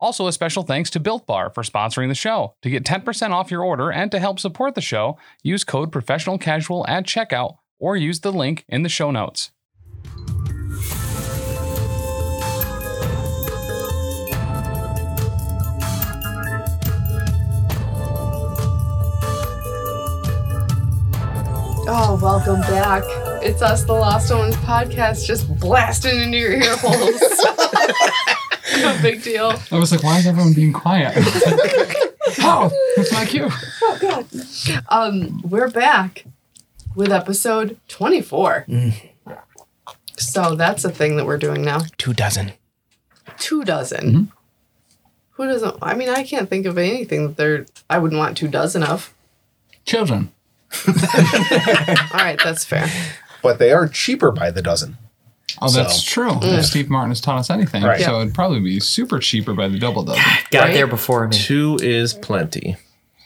Also, a special thanks to Built Bar for sponsoring the show. To get 10% off your order and to help support the show, use code professional casual at checkout or use the link in the show notes. Oh, welcome back. It's us, the Lost Omens podcast, just blasting into your ear holes. no big deal. I was like, why is everyone being quiet? oh, that's my cue. Oh, God. Um, we're back with episode 24. So that's a thing that we're doing now. Two dozen. Two dozen. Who doesn't? I mean, I can't think of anything that there. I wouldn't want two dozen of. Children. All right, that's fair. But they are cheaper by the dozen. Oh, that's So- true. Mm. If Steve Martin has taught us anything, Right. so it'd probably be super cheaper by the double dozen. Got Right? there before me. Two is plenty.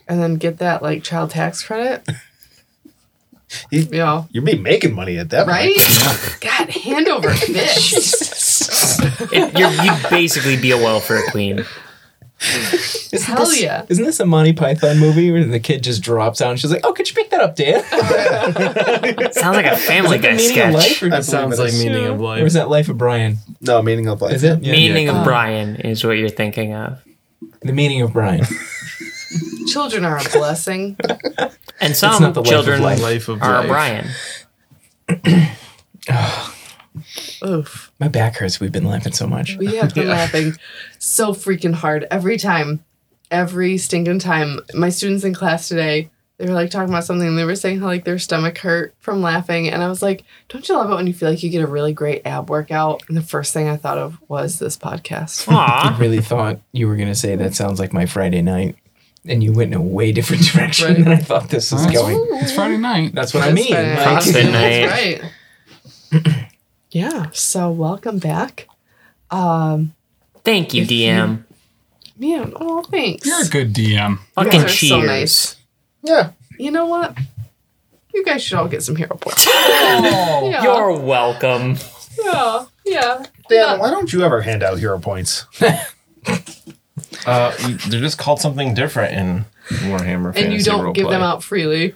And then get that like child tax credit. You- Yeah. You'd be making money at that Right? point. God, hand over fist. It- you're, you'd basically be a welfare queen. Isn't Hell this, yeah. Isn't this a Monty Python movie where the kid just drops out and she's like, "Oh, could you pick that up, Dan?" Sounds like a Family Guy Meaning of life. sketch. Or, That sounds like meaning of or is life. that Life of Brian? No, meaning of life. Is it Yeah. Uh. Meaning of Brian is what you're thinking of. the meaning of Brian? Children are a blessing. And some not the life of children life. Life of are life. Brian. Oof. My back hurts. We've been laughing so much. We have been laughing so freaking hard every time, every stinking time. My students in class today, they were like talking about something and they were saying how like their stomach hurt from laughing. And I was like, don't you love it when you feel like you get a really great ab workout? And the first thing I thought of was this podcast. I Aw. really thought you were gonna say that sounds like my Friday night, and you went in a way different direction Right. than I thought this was That's- going. It's Friday night. That's what I That's mean. fair. Like, CrossFit night. That's right. yeah. So welcome back. Um, Thank you, DM. man, oh, thanks. You're a good DM. Fucking are so cheers. nice. Yeah. You know what? You guys should all get some hero points. yeah. You're welcome. yeah. Yeah. Dan, why don't you ever hand out hero points? Uh, they're just called something different in Warhammer. And you Fantasy don't give Roleplay. them out freely.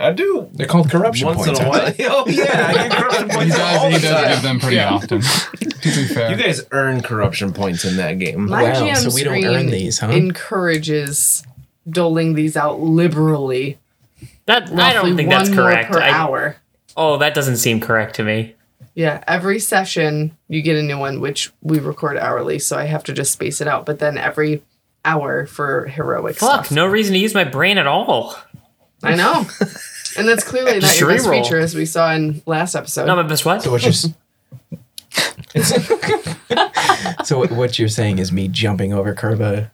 I do. They're called corruption Once points. in a aren't while. oh yeah, I get corruption He points all does, the he does time. give them pretty often, to be fair. You guys earn corruption points in that game. My Wow, GM so we don't screen earn these, huh? encourages doling these out liberally. That roughly I don't think one that's more correct. Per I- hour. oh, that doesn't seem correct to me. Yeah, every session you get a new one, which we record hourly, so I have to just space it out. But then every hour for heroic Fuck, stuff. no reason to use my brain at all. I know, and that's clearly not Just your best reroll. feature, as we saw in last episode. No, my best what? So what you're s- It's- so what- what you're saying is me jumping over Kerba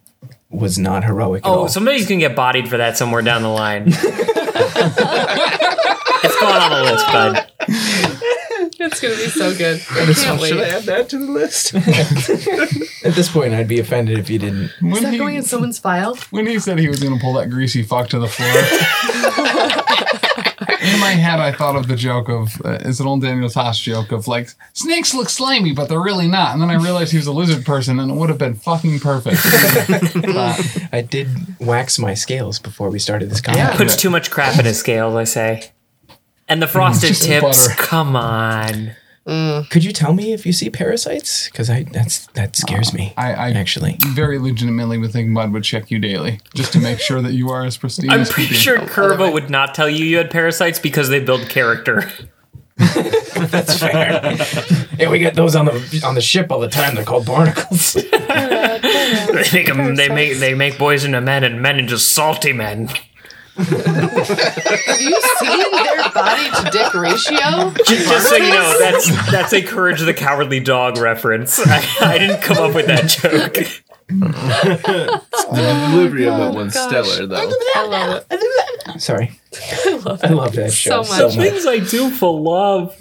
was not heroic at Oh, all. somebody's gonna get bodied for that somewhere down the line. it's going on the list, bud. it's gonna be so good. I can't Should I wait. add that to the list? At this point, I'd be offended if you didn't. Is when, that he, going in someone's file? when he said he was going to pull that greasy fuck to the floor, in my head, I thought of the joke of uh, it's an old Daniel Tosh joke of like, snakes look slimy, but they're really not. And then I realized he was a lizard person, and it would have been fucking perfect. Uh, But- I did wax my scales before we started this comic. Puts too much crap in his scales, I say. And the frosted Just the tips. butter. Come on. Could you tell me if you see parasites? Because I that's that scares me. I- I- actually. very legitimately would think Mud would check you daily just to make sure that you are as pristine I'm as could pretty be. sure Curva way. would not tell you you had parasites because they build character. That's fair. yeah, we get those on the on the ship all the time. They're called barnacles. they make 'em- they make they make boys into men and men into salty men. Have you seen their body to dick ratio? Just so you know, that's that's a courage the cowardly dog reference. I, I didn't come up with that joke. The delivery of Oh, that one's gosh. stellar, though. I love it. Sorry. I love I it. love that So show much. so much. Things I do for love.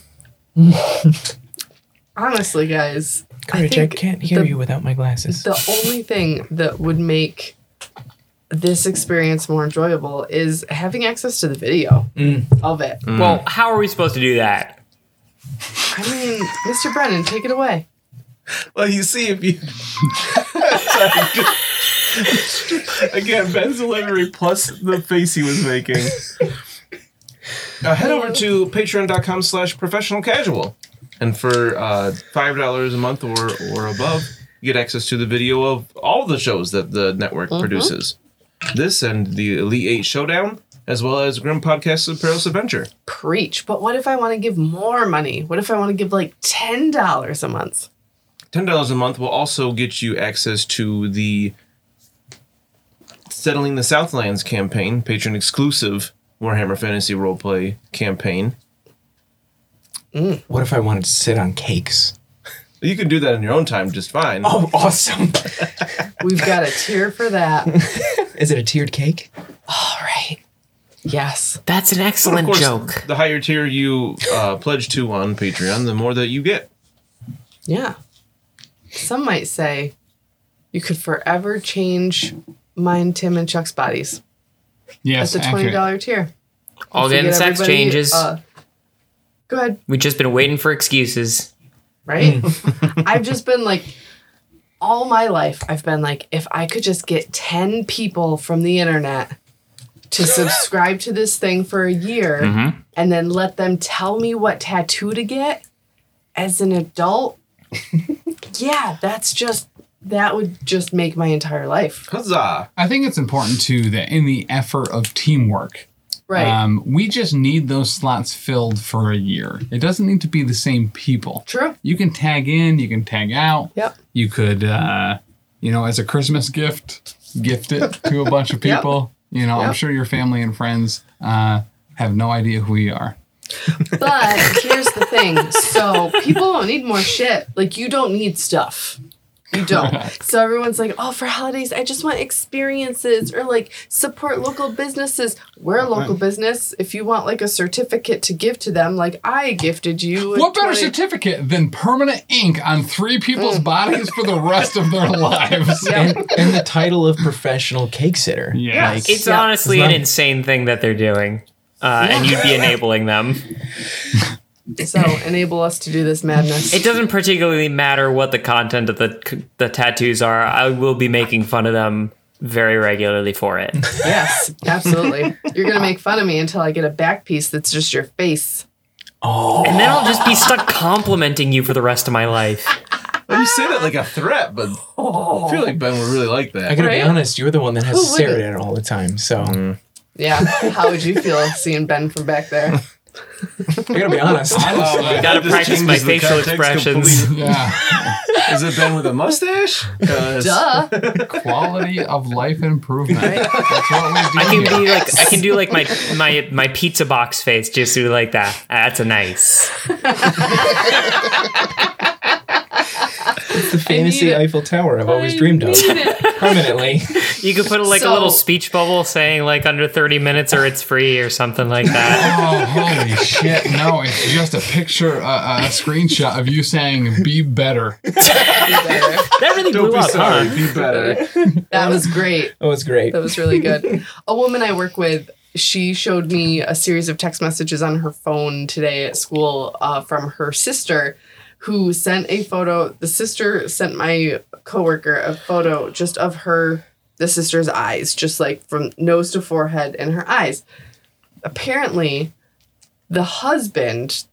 Honestly, guys, I Courage, I, think can't hear the- you without my glasses. the only thing that would make this experience more enjoyable is having access to the video Mm. of it. Well, how are we supposed to do that? I mean, Mr. Brennan, take it away. Well, you see, if you. Again, Ben's delivery plus the face he was making. Uh, head over to patreon.com slash professional casual. And for uh, $5 a month or, or above, you get access to the video of all the shows that the network produces. This and the Elite Eight Showdown, as well as Grim Podcast's Perilous Adventure. Preach. But what if I want to give more money? What if I want to give like $10 a month? $10 a month will also get you access to the Settling the Southlands campaign, patron exclusive Warhammer Fantasy Roleplay campaign. what if I wanted to sit on cakes? You can do that in your own time just fine. Oh, awesome. We've got a tier for that. Is it a tiered cake? All right. Yes. That's an excellent Of course, joke. the higher tier you uh, pledge to on Patreon, the more that you get. Yeah. Some might say you could forever change mine, Tim, and Chuck's bodies at Yes, the $20 accurate. tier. All If you the get sex everybody, changes. uh, go ahead. We've just been waiting for excuses. right? Mm. I've just been like, all my life, I've been like, if I could just get 10 people from the internet to subscribe to this thing for a year Mm-hmm. and then let them tell me what tattoo to get as an adult, yeah, that's just, that would just make my entire life. Huzzah! I think it's important too that in the effort of teamwork, Right. um, we just need those slots filled for a year. It doesn't need to be the same people. True. You can tag in, you can tag out. Yep. You could, uh, you know, as a Christmas gift, gift it to a bunch of Yep. people. You know, I'm Yep. sure your family and friends uh, have no idea who we are. But here's the thing. So people don't need more shit. Like you don't need stuff. You don't. So everyone's like, oh, for holidays, I just want experiences or like support local businesses. We're a local business. If you want like a certificate to give to them, like I gifted you. a What better 20 certificate than permanent ink on three Mm. people's bodies for the rest of their lives? And, and the title of professional cake sitter. Yes. It's Yeah. honestly It's an not- insane thing that they're doing. Uh, and you'd be enabling them. So enable us to do this madness. It doesn't particularly matter what the content of the the tattoos are. I will be making fun of them very regularly for it. yes, absolutely. You're gonna make fun of me until I get a back piece that's just your face. And then I'll just be stuck complimenting you for the rest of my life. Well, you say that like a threat, but I feel like Ben would really like I that. gotta Right? be honest, you're the one that has Who to stare wouldn't? at it all the time. So Yeah. How would you feel seeing Ben from back there? I gotta be honest. I gotta practice my facial expressions. yeah. Is it Ben with a mustache? Uh, Duh. Quality of life improvement. That's what we I do. can here. be like I can do like my my my pizza box face just do like that. That's a nice. It's the fantasy need it. Eiffel Tower I've always I dreamed of. need it. Permanently. You could put like a So- little speech bubble saying like under 30 minutes or it's free or something like that. Oh, holy shit. No, it's just a picture, uh, a screenshot of you saying, be better. That really Don't blew be up. sorry, huh? be better. That was great. That was great. That was really good. A woman I work with, she showed me a series of text messages on her phone today at school uh, from her sister, who sent a photo. The sister sent my coworker a photo just of her, the sister's eyes, just like from nose to forehead and her eyes. Apparently, the husband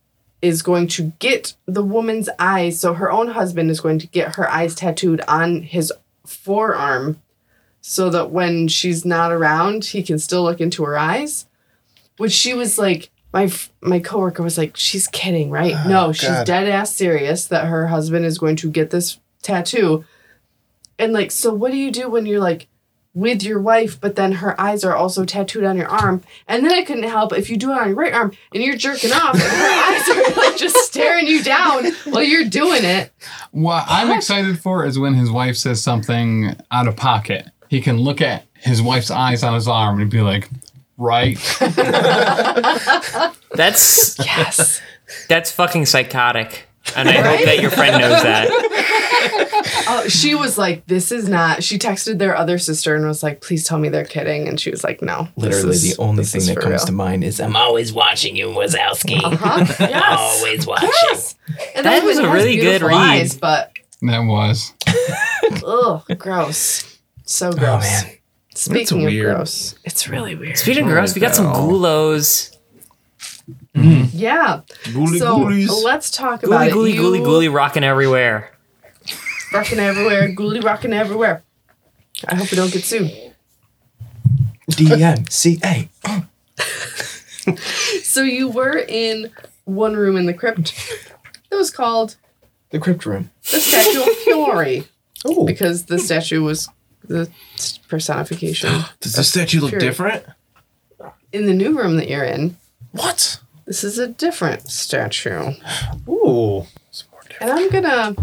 is going to get the woman's eyes. So her own husband is going to get her eyes tattooed on his forearm so that when she's not around, he can still look into her eyes. Which she was like, my f- my coworker was like, she's kidding, right? no, she's God. dead ass serious that her husband is going to get this tattoo. And like, so what do you do when you're like, with your wife, but then her eyes are also tattooed on your arm. And then I couldn't help if you do it on your right arm and you're jerking off, and her eyes are like just staring you down while you're doing it. What I'm excited for is when his wife says something out of pocket. He can look at his wife's eyes on his arm and be like, right. That's Yes. that's fucking psychotic. And I hope that your friend knows that. Oh, she was like, "This is not." She texted their other sister and was like, "Please tell me they're kidding." And she was like, "No." this Literally, is- the only this thing is that for comes real. to mind is I'm always watching you, Wazowski. Huh? Yes. Always watching. yes. And That then was it a has really good beautiful read. Eyes, but That was. ugh, gross. So gross. Oh, man. Speaking of weird. gross, it's really weird. Speaking of gross, we got some gulos. Yeah. Ghoulie so ghoulies. let's talk about Ghoulie, it. ghoulie, You ghoulie, ghoulie, rocking everywhere. Rocking everywhere. Ghoulie rocking everywhere. I hope we don't get sued. DMCA. So you were in one room in the crypt. It was called The crypt room. the Statue of Fury. Oh, because the statue was the personification. Does the statue look Sure. different? In the new room that you're in, what? this is a different statue. Ooh. And I'm gonna.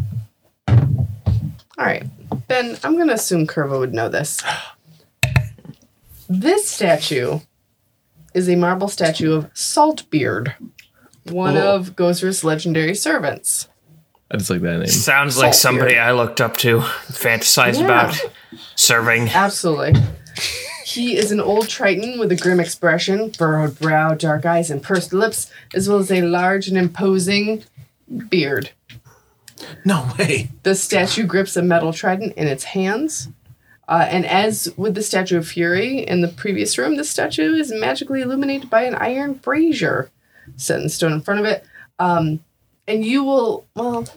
All right, Ben, I'm gonna assume Curva would know this. This statue is a marble statue of Saltbeard, one of Gozer's legendary servants. I just like that name. Sounds like somebody I looked up to, fantasized Yeah. about serving. Absolutely. He is an old Triton with a grim expression, burrowed brow, dark eyes, and pursed lips, as well as a large and imposing beard. No way. The statue grips a metal trident in its hands. Uh, and as with the Statue of Fury in the previous room, this statue is magically illuminated by an iron brazier set in stone in front of it. Um, and you will, well,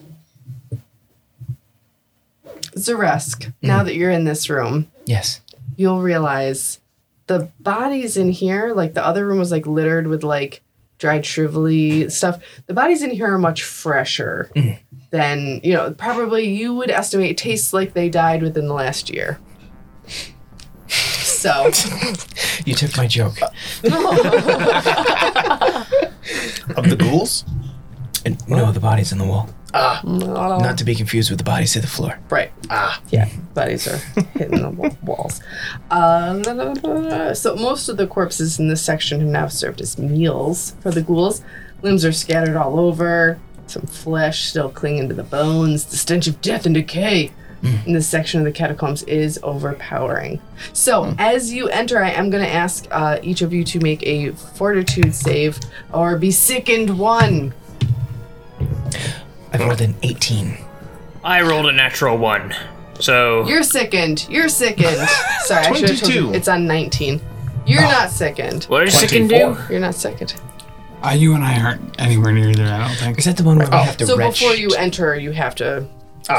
Zaresk, now that you're in this room, Yes. you'll realize the bodies in here, like the other room was like littered with like dried shrivelly stuff. The bodies in here are much fresher than, you know, probably you would estimate it tastes like they died within the last year. So You took my joke. Of the ghouls? And no, the body's in the wall. Not to be confused with the bodies of the floor. Right. Ah. Yeah. Bodies are hitting the wa- walls. Uh, da, da, da, da. so most of the corpses in this section have now served as meals for the ghouls. Limbs are scattered all over. Some flesh still clinging to the bones. The stench of death and decay in this section of the catacombs is overpowering. So as you enter, I am going to ask uh, each of you to make a fortitude save or be sickened one. I rolled an 18. I rolled a natural one. So You're sickened. You're sickened. Sorry, I should have told you. 22. It's on 19. You're not sickened. what does chicken do? You're not sickened. Uh, you and I aren't anywhere near there, I don't think. Is that the one where we have to So retch? before you enter, you have to.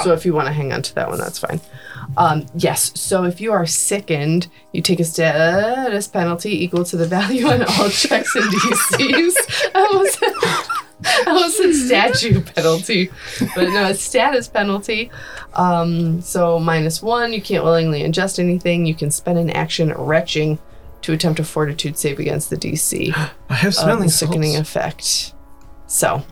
So if you want to hang on to that one, that's fine. Um, yes. So if you are sickened, you take a status penalty equal to the value on all checks and DCs. I was, I was a statue penalty, but no, a status penalty. Um, so minus one. You can't willingly ingest anything. You can spend an action retching to attempt a fortitude save against the DC I have of smelling the sickening salts. effect. So,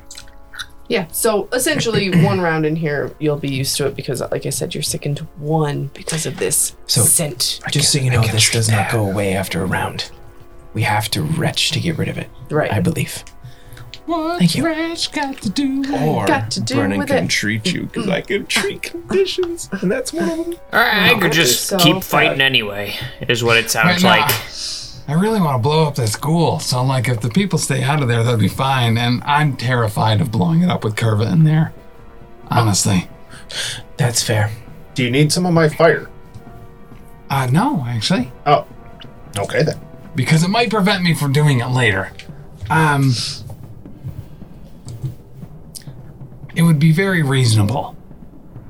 yeah. So essentially, one round in here, you'll be used to it because, like I said, you're sickened one because of this So- scent. Just so you know, this does not go away after a round. We have to retch to get rid of it. Right. I believe. What Thank you. Rich got to do? Or Got to do Brennan with can it. treat you because I can treat conditions, and that's one of them. All right, I could just so keep bad. fighting anyway. Is what it sounds Why like. not? I really want to blow up this ghoul. So, like, if the people stay out of there, that'll be fine. And I'm terrified of blowing it up with Curva in there. Honestly. That's fair. Do you need some of my fire? Uh, no, actually. Oh. Okay then. Because it might prevent me from doing it later. Um. It would be very reasonable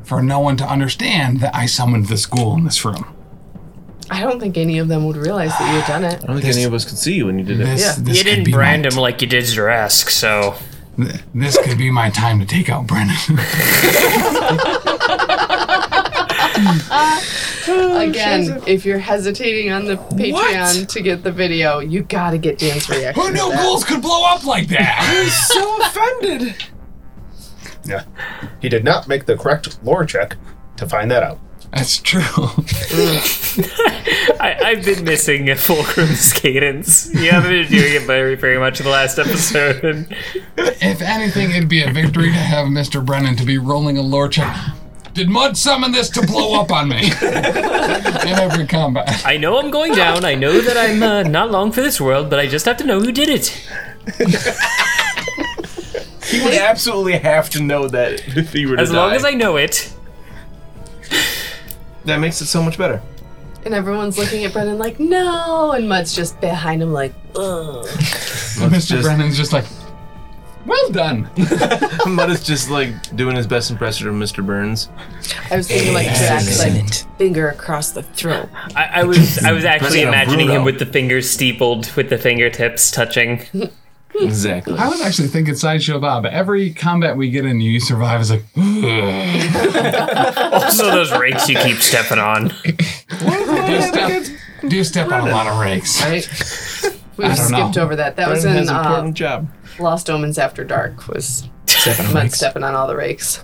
for no one to understand that I summoned this ghoul in this room. I don't think any of them would realize that you had done it. I don't think any of us could see you when you did it. This, Yeah. this You could didn't be my brand him like you did Zaresk, so Th- This could be my time to take out Brennan. Again, if you're hesitating on the Patreon to get the video, you gotta get Dan's reaction. Who knew ghouls could blow up like that? so offended. Yeah. He did not make the correct lore check to find that out. That's true. I, I've been missing a fulcrum's cadence. You haven't been doing it very, very much in the last episode. And If anything, it'd be a victory to have Mr. Brennan to be rolling a lore check. Did Mud summon this to blow up on me? In every combat. I know I'm going down. I know that I'm uh, not long for this world, but I just have to know who did it. He would absolutely have to know that if he were to As long die. as I know it. That makes it so much better. And everyone's looking at Brennan like, no. And Mud's just behind him like, ugh. Mr. just- Brennan's just like, well done. Mud is just like doing his best impression of Mr. Burns. I was thinking like Jack, like finger across the throat. I, I was I was actually President imagining him Bruno. with the fingers steepled, with the fingertips touching. Exactly. I was actually thinking Sideshow Bob. Every combat we get in, you survive is like, also, those rakes you keep stepping on. do you step, do you step on a lot of rakes. Right? We don't know. skipped over that. That was Brennan in has an uh, important job. Lost Omens After Dark was Stepping Mud stepping on all the rakes.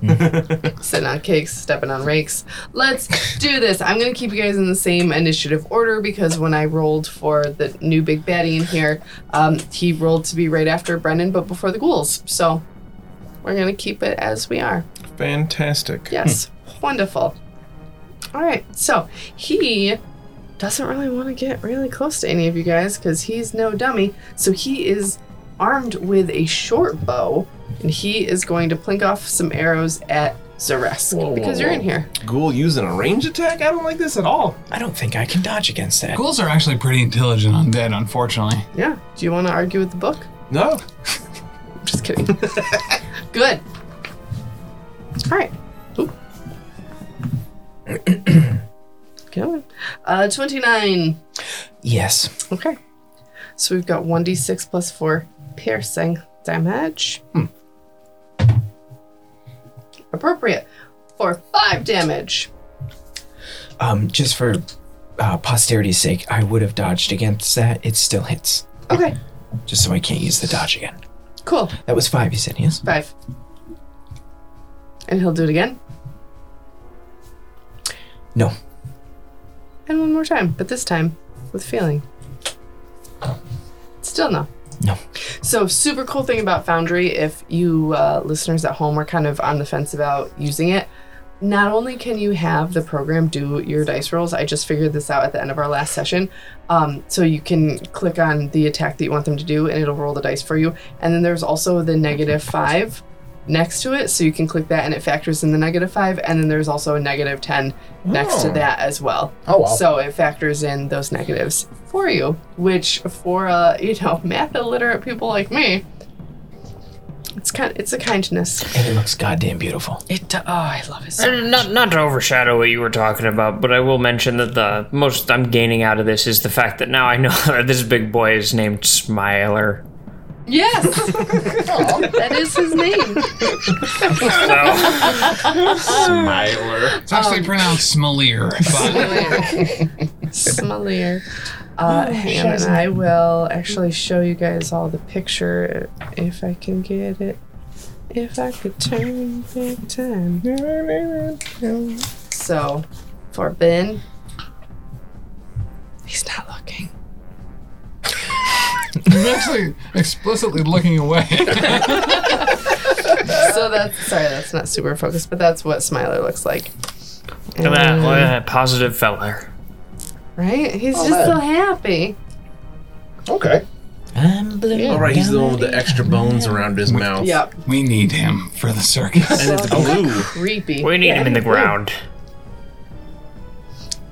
Sitting on cakes, stepping on rakes. Let's do this. I'm going to keep you guys in the same initiative order because when I rolled for the new big baddie in here, um, he rolled to be right after Brennan but before the ghouls. So we're going to keep it as we are. Fantastic. Yes. Hmm. Wonderful. All right. So he doesn't really want to get really close to any of you guys because he's no dummy. So he is armed with a short bow and he is going to plink off some arrows at Zaresk whoa, because you're in whoa. here. Ghoul using a range attack? I don't like this at all. I don't think I can dodge against that. Ghouls are actually pretty intelligent on that, unfortunately. Yeah. Do you want to argue with the book? No. Just kidding. Good. All right. Ooh. Get on. Uh, 29. Yes. Okay. So we've got 1d6 plus 4 piercing damage. Appropriate for 5 damage. Um, just for uh, posterity's sake, I would have dodged against that. It still hits. Okay, Just so I can't use the dodge again. cool. That was five, you said, yes? 5. And he'll do it again. No. And one more time, but this time with feeling. Still no. No. So, super cool thing about Foundry, if you uh, listeners at home are kind of on the fence about using it, not only can you have the program do your dice rolls, I just figured this out at the end of our last session. Um, so you can click on the attack that you want them to do, and it'll roll the dice for you. And then there's also the negative five next to it, so you can click that, and it factors in the negative five. And then there's also a negative ten next to that as well. Oh, wow. So it factors in those negatives for you, which for uh, you know math illiterate people like me, it's kind it's a kindness. And it looks goddamn beautiful. It do- oh, I love it. so Uh, Not not to overshadow what you were talking about, but I will mention that the most I'm gaining out of this is the fact that now I know that this big boy is named Smiler. Yes, that is his name. So It's Um, actually pronounced Smolier. But Smolier. Uh, hang on, and I will actually show you guys all the picture if I can get it. If I could turn back time. So, for Ben, he's not looking. I'm actually explicitly looking away. So that's sorry, that's not super focused, but that's what Smiler looks like. look at that, And- look at that positive fella. right? He's just so happy. Okay. I'm blue. Yeah. All right, he's the one with the extra bones around his mouth. Yep. we need him for the circus. And it's blue. Creepy. We need him in the ground.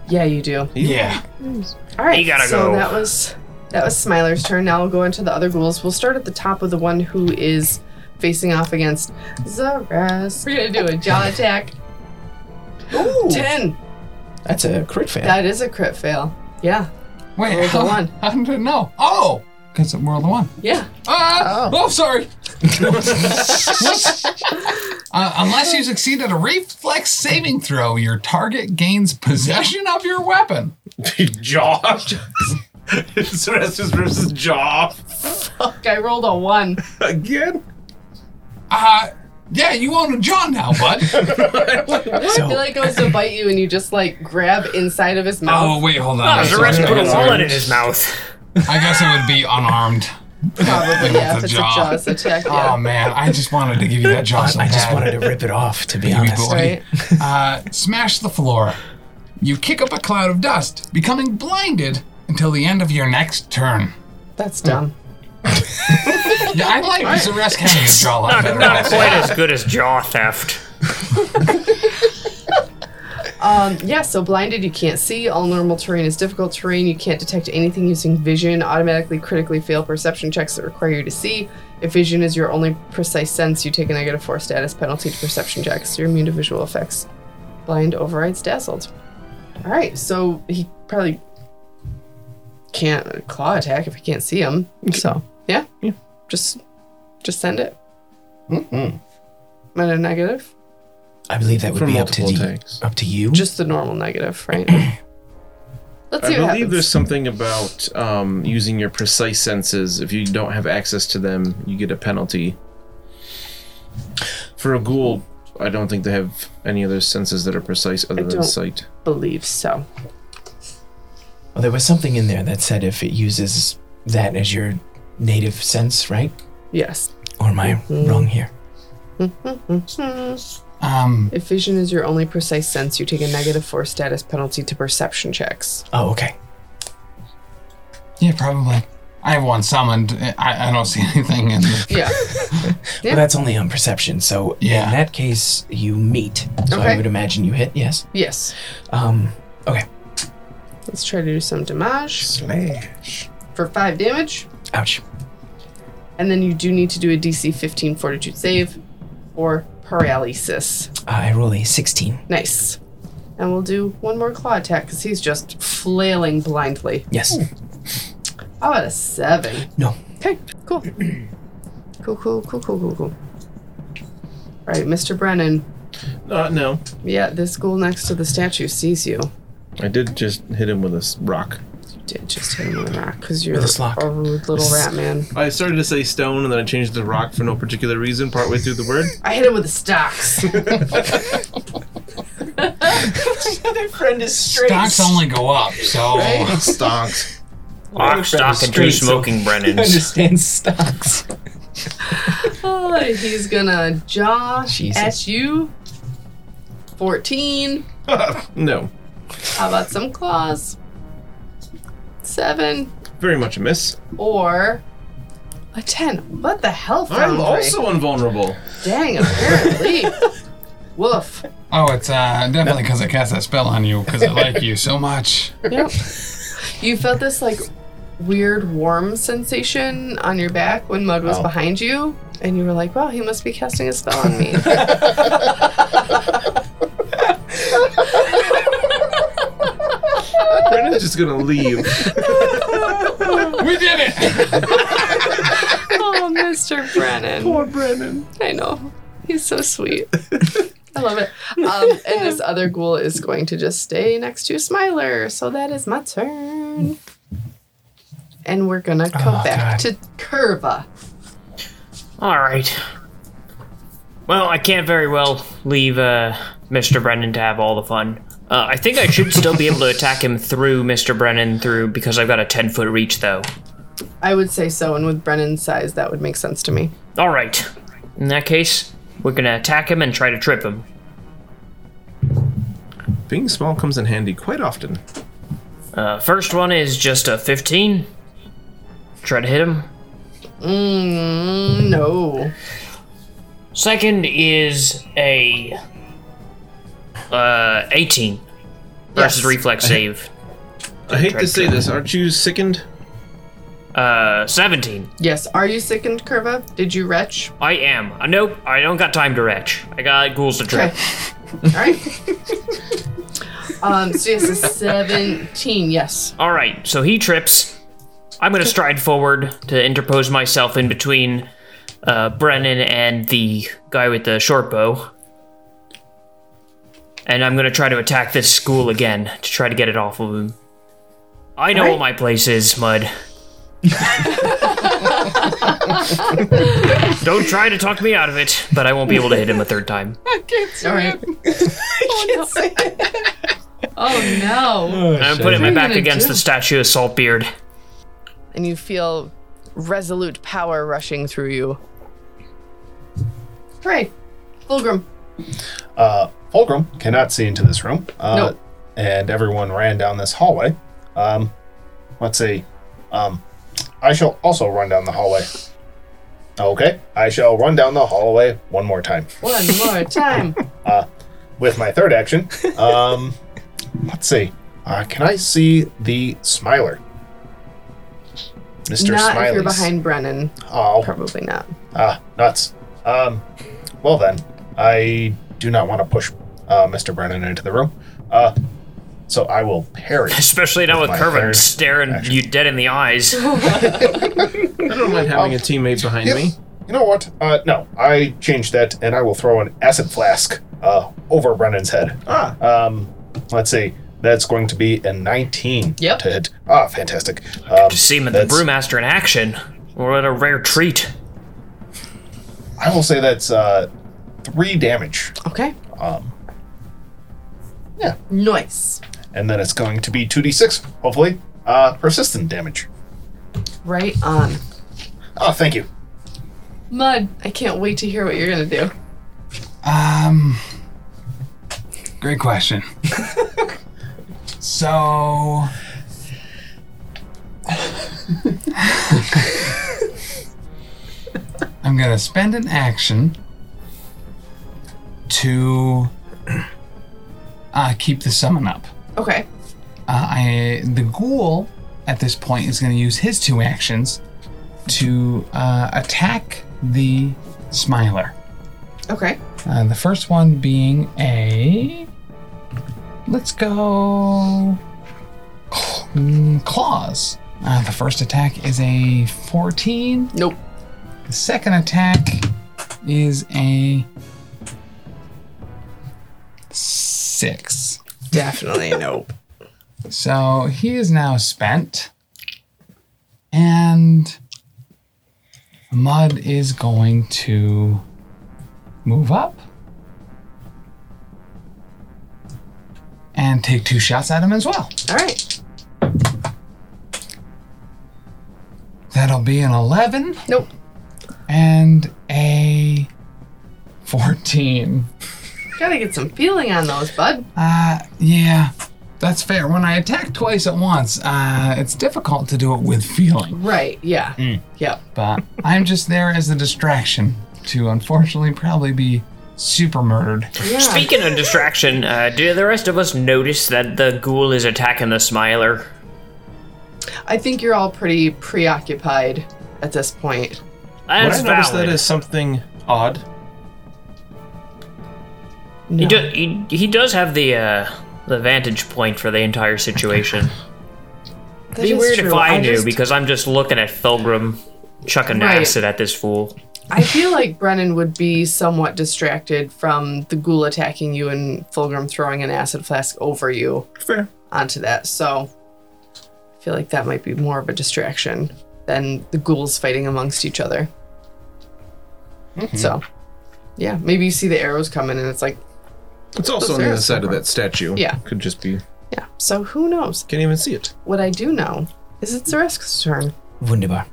Yeah, you do. yeah. All right. You gotta so go. that was that was Smiler's turn. Now we'll go into the other ghouls. We'll start at the top with the one who is facing off against Zaras. We're gonna do a jaw attack. Ooh, Ten. that's a crit fail. That is a crit fail. Yeah. Wait, World how, of One. how did it know? Oh! Because it's World of One. Yeah. Ah! Oh, sorry! Uh, unless you succeed at a reflex saving throw, your target gains possession of your weapon. jaw. Cerastus rips his jaw Fuck, I rolled a one. again. Uh, yeah, you own a jaw now, bud. I feel like it was to bite you and you just like grab inside of his oh, mouth. wait, hold on. Ah, I'm Zarek sorry. put a wallet in his mouth. I guess it would be unarmed. Probably, yeah, if It's a it's a jaw. jaws attack. Yeah. Oh, man, I just wanted to give you that jaw so I just bad. wanted to rip it off, to be Baby honest. boy. right? Uh, smash the floor. You kick up a cloud of dust, becoming blinded until the end of your next turn. That's dumb. Yeah, I like Zeresk having his jaw a lot better. Not quite as good as jaw theft. Um, yeah, so blinded, you can't see. All normal terrain is difficult terrain. You can't detect anything using vision. Automatically critically fail perception checks that require you to see. If vision is your only precise sense, you take a negative four status penalty to perception checks. You're immune to visual effects. Blind overrides dazzled. All right, so he probably can't claw attack if he can't see him. So yeah, yeah, just just send it. Mm-hmm. At a negative, I believe that would For be up to, multiple the, attacks. up to you. just the normal negative, right? Let's I see what believe happens. there's something about um, using your precise senses. If you don't have access to them, you get a penalty. For a ghoul, I don't think they have any other senses that are precise other than don't- sight. believe so. well, Oh, there was something in there that said if it uses that as your native sense, right? Yes. Or am I Mm-hmm. wrong here? Um, If vision is your only precise sense, you take a negative four status penalty to perception checks. Oh, okay. yeah, probably. I have one summoned. I, I don't see anything in the Yeah. Yeah. Well, that's only on perception. So Yeah. in that case, you meet. So I Okay. would imagine you hit, yes. yes. Um, okay. Let's try to do some damage Slash. for five damage. Ouch. And then you do need to do a DC 15 fortitude save or paralysis. Uh, I roll a 16. Nice. And we'll do one more claw attack because he's just flailing blindly. Yes. How about a seven? No. Okay, cool. cool, cool, cool, cool, cool, cool. All right, Mr. Brennan. Uh, no. Yeah, this ghoul next to the statue sees you. I did just hit him with a s- rock. did just hit him with a rock because you're With a slock. a rude little rat man. I started to say stone and then I changed the rock for no particular reason partway through the word. I hit him with the stocks. stocks only go up. So Stonks. Lock, stock, and two smoking Brennans. Understand stocks. Oh, He's gonna jaw Jesus. at you. 14. No. How about some claws? Seven Very much a miss. or a 10. What the hell, I'm Foundry? also invulnerable. Dang, apparently. Woof. oh, it's uh, definitely because I cast that spell on you because I like you so much. Yep. you felt this like weird warm sensation on your back when Mud was behind you, and you were like, "Wow, he must be casting a spell on me." Brennan's just gonna leave. We did it. oh, Mr. Brennan. Poor Brennan. I know. He's so sweet. I love it. Um, and this other ghoul is going to just stay next to Smiler. So that is my turn. And we're going to come Oh, back God. to Curva. All right. Well, I can't very well leave uh, Mr. Brennan to have all the fun. Uh, I think I should still be able to attack him through Mr. Brennan through because I've got a ten foot reach though. I would say so. And with Brennan's size, that would make sense to me. All right. In that case, we're gonna attack him and try to trip him. Being small comes in handy quite often. Uh, first one is just a fifteen. Try to hit him. Mm, no. Second is a uh, 18 versus Yes. reflex save. I hate to say this, aren't you sickened? Uh, 17. Yes. Are you sickened, Curva? Did you retch? I am. Uh, nope, I don't got time to retch. I got ghouls to trip. Okay. All right. um, so yes, a 17. Yes. All right, so he trips. I'm gonna stride forward to interpose myself in between uh, Brennan and the guy with the short bow. And I'm gonna try to attack this school again to try to get it off of him. I know what my place is, Mud. Don't try to talk me out of it, but I won't be able to hit him a third time. All right. oh, no. And I'm putting What my are you back gonna against do? the statue of Saltbeard. And you feel resolute power rushing through you. Hooray. Fulgrim. Uh, Fulgrim cannot see into this room. Uh, Nope. And everyone ran down this hallway. Um, let's see. Um, I shall also run down the hallway. Okay, I shall run down the hallway one more time One more time. with my third action. Um, let's see. Uh, can I see the Smiler? Mr. Not if Smiley. you're behind Brennan. Oh, Probably not. Ah, nuts. Um, well then, I do not want to push uh, Mr. Brennan into the room. Uh, so I will parry. Especially now with my Kermit third staring you dead in the eyes. I don't mind having a teammate behind Yep. me. You know what? Uh, no, I changed that, and I will throw an acid flask uh, over Brennan's head. Ah, Um, let's see. That's going to be a 19 Yep. to hit. Ah, fantastic. Um, to see him at the that's- brewmaster in action. What a rare treat. I will say that's uh, three damage, Okay. Um, yeah. Nice. and then it's going to be 2d6, hopefully. Uh, persistent damage. Right on. Oh, thank you. Mud, I can't wait to hear what you're going to do. Um, great question. so, I'm gonna spend an action to uh, keep the summon up. Okay. Uh, I the ghoul at this point is going to use his two actions to uh, attack the smiler. Okay. Uh, the first one being a. Let's go. mm, Claws. Uh, the first attack is a 14. Nope. The second attack is a. 6. Definitely nope. So he is now spent. And. Mud is going to move up and take two shots at him as well. All right. That'll be an 11 Nope. and a 14. Gotta get some feeling on those, bud. Uh, yeah, that's fair. When I attack twice at once, uh, it's difficult to do it with feeling, Right. Yeah. Yep. but I'm just there as a distraction to unfortunately probably be super murdered. Yeah. Speaking of distraction, uh, do the rest of us notice that the ghoul is attacking the smiler? I think you're all pretty preoccupied at this point. what That's I noticed valid. that is something odd. he, No. do, he, he does have the uh, the vantage point for the entire situation. That It'd be is weird if true. I, knew just- because I'm just looking at Felgrim chucking Right. acid at this fool. I feel like Brennan would be somewhat distracted from the ghoul attacking you and Fulgrim throwing an acid flask over you Fair. onto that. So I feel like that might be more of a distraction than the ghouls fighting amongst each other. Hmm. So, yeah, maybe you see the arrows coming and it's like, It's also on there the are other side of somewhere. that statue. Yeah. Could just be. yeah. So who knows? Can't even see it. What I do know is it's Zeresk's turn. Wunderbar.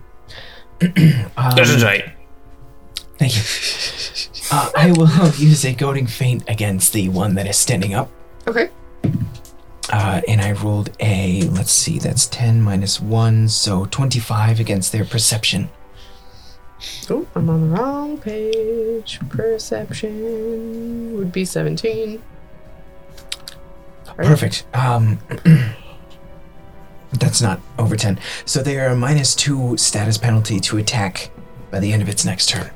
This is right. Thank you. Uh, I will use a goading feint against the one that is standing up. Okay. Uh, and I rolled a, let's see, that's 10 minus 1, so 25 against their perception. Oh, I'm on the wrong page. Perception would be 17. Right. Perfect. Um, that's not over 10. So they are a minus 2 status penalty to attack by the end of its next turn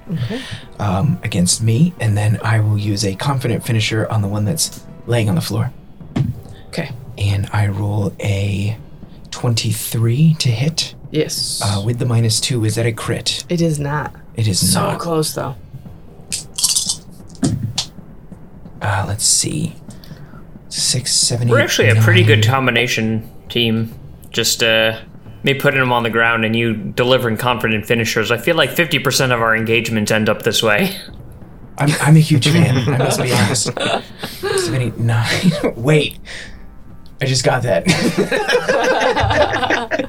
um, against me. And then I will use a confident finisher on the one that's laying on the floor. Okay. And I roll a 23 to hit Yes. Oh. uh, with the minus 2. Is that a crit? it is not. It is So not. close though. Uh, let's see. Six, seven, We're eight, actually a pretty nine. good combination team. Just uh, me putting them on the ground and you delivering confident finishers. I feel like 50% of our engagements end up this way. I'm, I'm a huge fan. I must be honest. Seven, eight, nine. Wait, I just got that.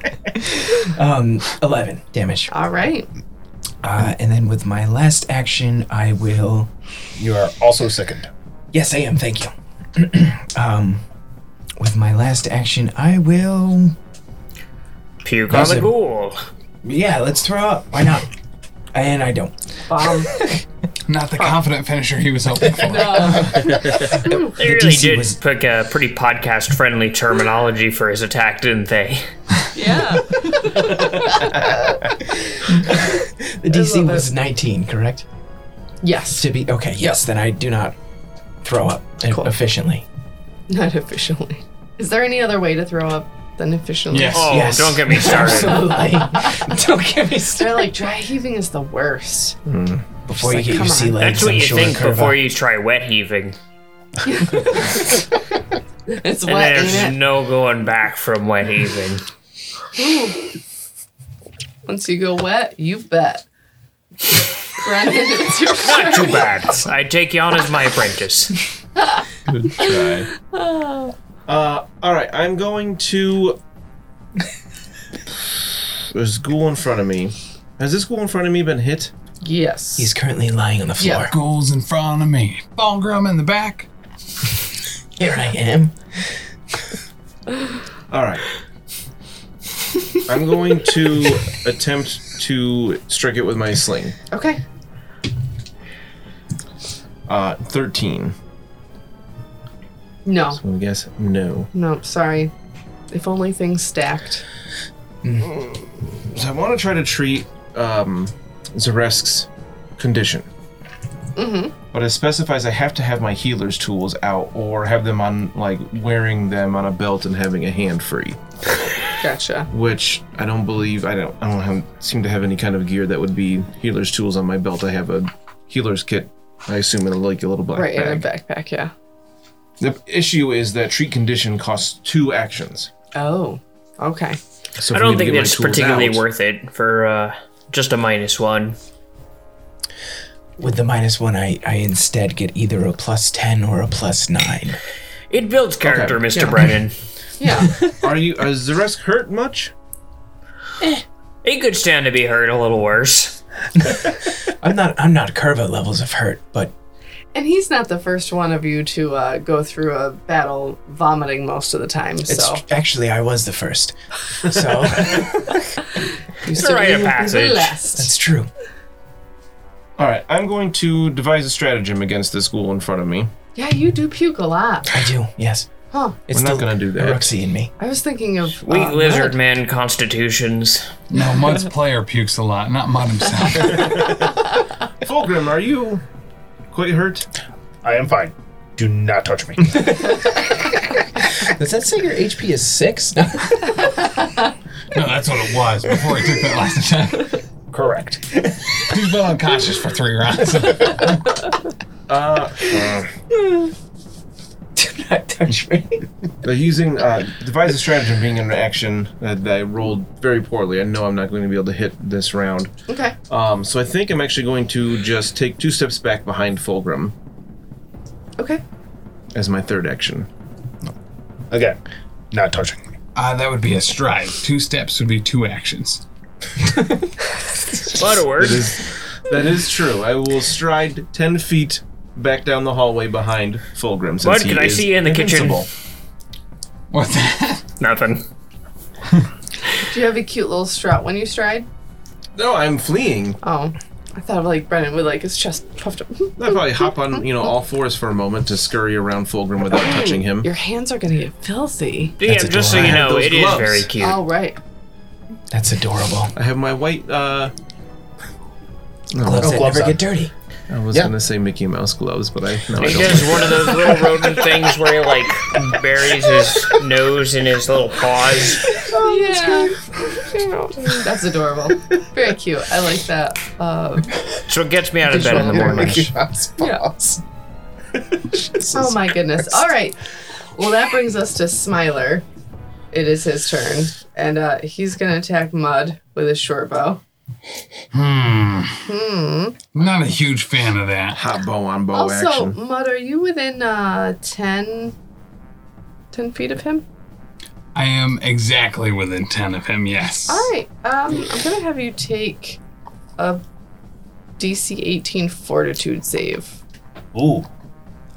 um, eleven damage. All right. Uh, and then with my last action, I will. You are also sickened. Yes, I am. Thank you. um, with my last action, I will. Puke on the Awesome. ghoul. Yeah, let's throw up. Why not? And I don't. Bomb. Not the confident finisher he was hoping for. Uh, They really DC did was- pick a pretty podcast friendly terminology for his attack, didn't they? yeah. The DC love it. was 19, correct? Yes. To be okay. Yes, then I do not throw up e- Cool. efficiently. Not efficiently. Is there any other way to throw up than efficiently? Yes. Oh, Yes. don't get me started. Absolutely. don't get me started. They're like dry heaving is the worst. Before you like, get your come sea on. legs, That's what I'm you sure think Curva- before you try wet heaving. It's And wet, there's ain't it? no going back from wet heaving. Once you go wet, you bet. Brennan, it's your turn. Too bad. I take you on as my apprentice. Good try. Uh, all right, I'm going to. There's a ghoul in front of me. Has this ghoul in front of me been hit? Yes. He's currently lying on the floor. Yeah. Goals in front of me. Balgrum in the back. Here I am. All right. I'm going to attempt to strike it with my sling. okay. Uh, 13. No. I guess no. No, sorry. If only things stacked. So I want to try to treat um, Zaresk's condition. Mm-hmm. But it specifies I have to have my healer's tools out or have them on, like, wearing them on a belt and having a hand free. Gotcha. Which I don't believe, I don't, I don't have, seem to have any kind of gear that would be healer's tools on my belt. I have a healer's kit, I assume, in a, like a little black Right in a bag. backpack, yeah. The issue is that treat condition costs two actions. Oh. Okay. So I for me don't to think get my that's tools particularly out- worth it for uh, just a minus one. With the minus one, I, I instead get either a plus 10 or a plus nine. It builds character, Okay, Mr. Brennan. Yeah. Are you? Is the rest hurt much? It could stand to be hurt a little worse. I'm not I'm not curva levels of hurt, but and he's not the first one of you to uh, go through a battle vomiting most of the time, it's so actually I was the first. So you a certainly won't rite of be the passage. last. that's true. All right, I'm going to devise a stratagem against this ghoul in front of me. Yeah, you do puke a lot. I do, yes. Huh. It's We're not the gonna do that. Aruxy in me. I was thinking of Weak uh, lizard man constitutions. No, Mud's player pukes a lot, not Mud himself. Fulgrim, are you quite hurt? I am fine. Do not touch me. Does that say your HP is six? no, that's what it was before he took that last attack. Correct. He's been unconscious for three rounds. Uh, do not touch me. they're using uh, devise a stratagem being an action that, that I rolled very poorly. I know I'm not going to be able to hit this round. Okay. Um, so I think I'm actually going to just take two steps back behind Fulgrim Okay. as my third action. Again, not touching me. Uh, that would be a stride. Two steps would be two actions. What a word. That is true. I will stride ten feet back down the hallway behind Fulgrim. Since Bud, he can I is see you in the kitchen? invincible. What the? Nothing. Do you have a cute little strut when you stride? No, I'm fleeing. Oh. I thought of like Brennan with like his chest puffed up. I'll probably hop on, you know, all fours for a moment to scurry around Fulgrim without touching him. Your hands are gonna get filthy. Yeah, That's just so adorable. you I have know, those it is gloves. very cute. Oh. All right. That's adorable. I have my white, uh, Oh, Gloves that gloves never on. get dirty. I was Yeah. gonna say Mickey Mouse gloves, but I no, I He don't. does one of those little rodent things where he like buries his nose in his little paws. yeah. Oh, That's adorable. Very cute. I like that. Uh, That's what gets me out of bed in the morning. Mickey Mouse Yeah. balls. oh my goodness. All right. Well, that brings us to Smiler. It is his turn, and uh, he's gonna attack Mud with his short bow. Not a huge fan of that. Hot bow on bow Oh, also, action. Mud, are you within uh, 10, 10 feet of him? I am exactly within 10 of him, yes. All right. Um, I'm gonna have you take a DC 18 Fortitude save. Ooh.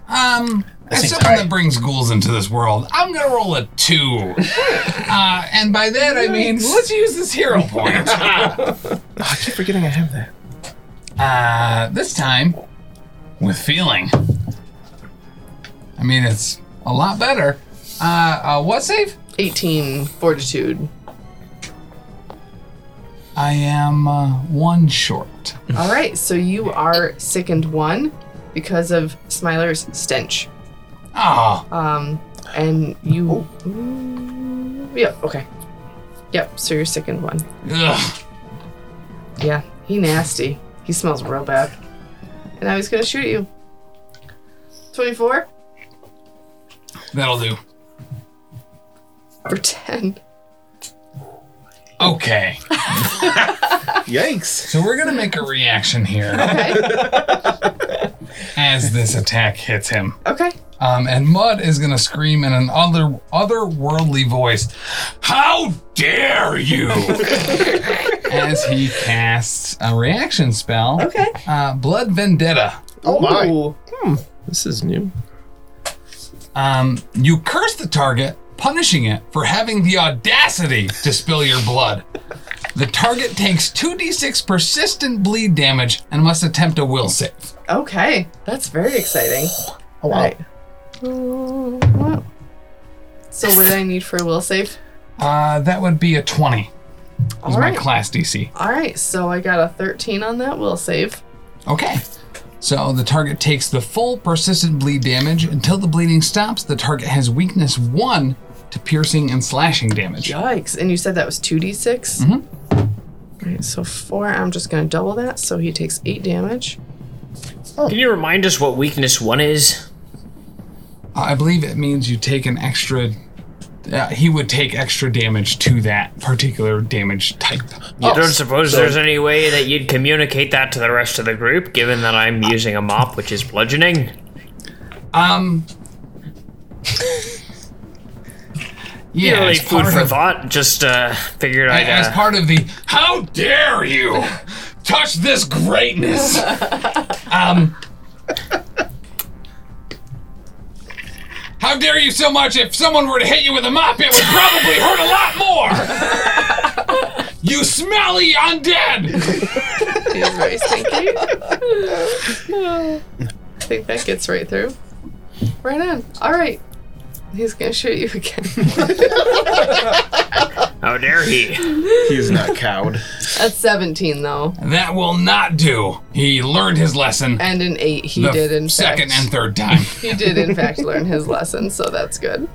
Um, as seems someone high. that brings ghouls into this world, I'm gonna roll a two. uh, and by that I mean, let's use this hero point. Oh, I keep forgetting I have that. uh, this time, with feeling. I mean, it's a lot better. Uh, uh, what save? 18 Fortitude. I am uh, one short. All right. So you are sickened one because of Smiler's stench. Oh, Um, and you. Oh. Mm, yep. Okay. Yep. So you're sickened one. ugh. Yeah. He nasty. He smells real bad. And now he's gonna shoot you. 24 that'll do. or 10. Okay, Yikes! so we're gonna make a reaction here Okay. as this attack hits him. okay. Um, and Mud is gonna scream in an other otherworldly voice, "How dare you!" as he casts a reaction spell, Okay. uh, Blood Vendetta. Oh my. Ooh. Hmm. This is new. Um, you curse the target, punishing it for having the audacity to spill your blood. The target takes 2d6 persistent bleed damage and must attempt a will save. Okay. That's very exciting. Oh, wow. Right. Ooh, wow. So what did I need for a will save? Uh, that would be a 20. Is All my right. class DC. All right. So I got a 13 on that will save. Okay. So the target takes the full persistent bleed damage. Until the bleeding stops, the target has weakness one to piercing and slashing damage. Yikes. And you said that was 2d6? Mhm. All right. So four. I'm just gonna double that. So he takes eight damage. Can you remind us what weakness one is? Uh, I believe it means you take an extra. Uh, he would take extra damage to that particular damage type. You don't suppose there's any way that you'd communicate that to the rest of the group, given that I'm using a mop, which is bludgeoning? Um. Yeah, Really as food part for of- thought. Just uh, figured I'd. as uh, part of the how dare you touch this greatness um how dare you so much if someone were to hit you with a mop it would probably hurt a lot more you smelly undead He's very stinky. I think that gets right through. Right on. All right. He's gonna shoot you again. how dare he? He's not cowed. That's 17 though, that will not do he learned his lesson and an eight. He the did in second fact. and third time he did in fact learn his lesson, so that's good.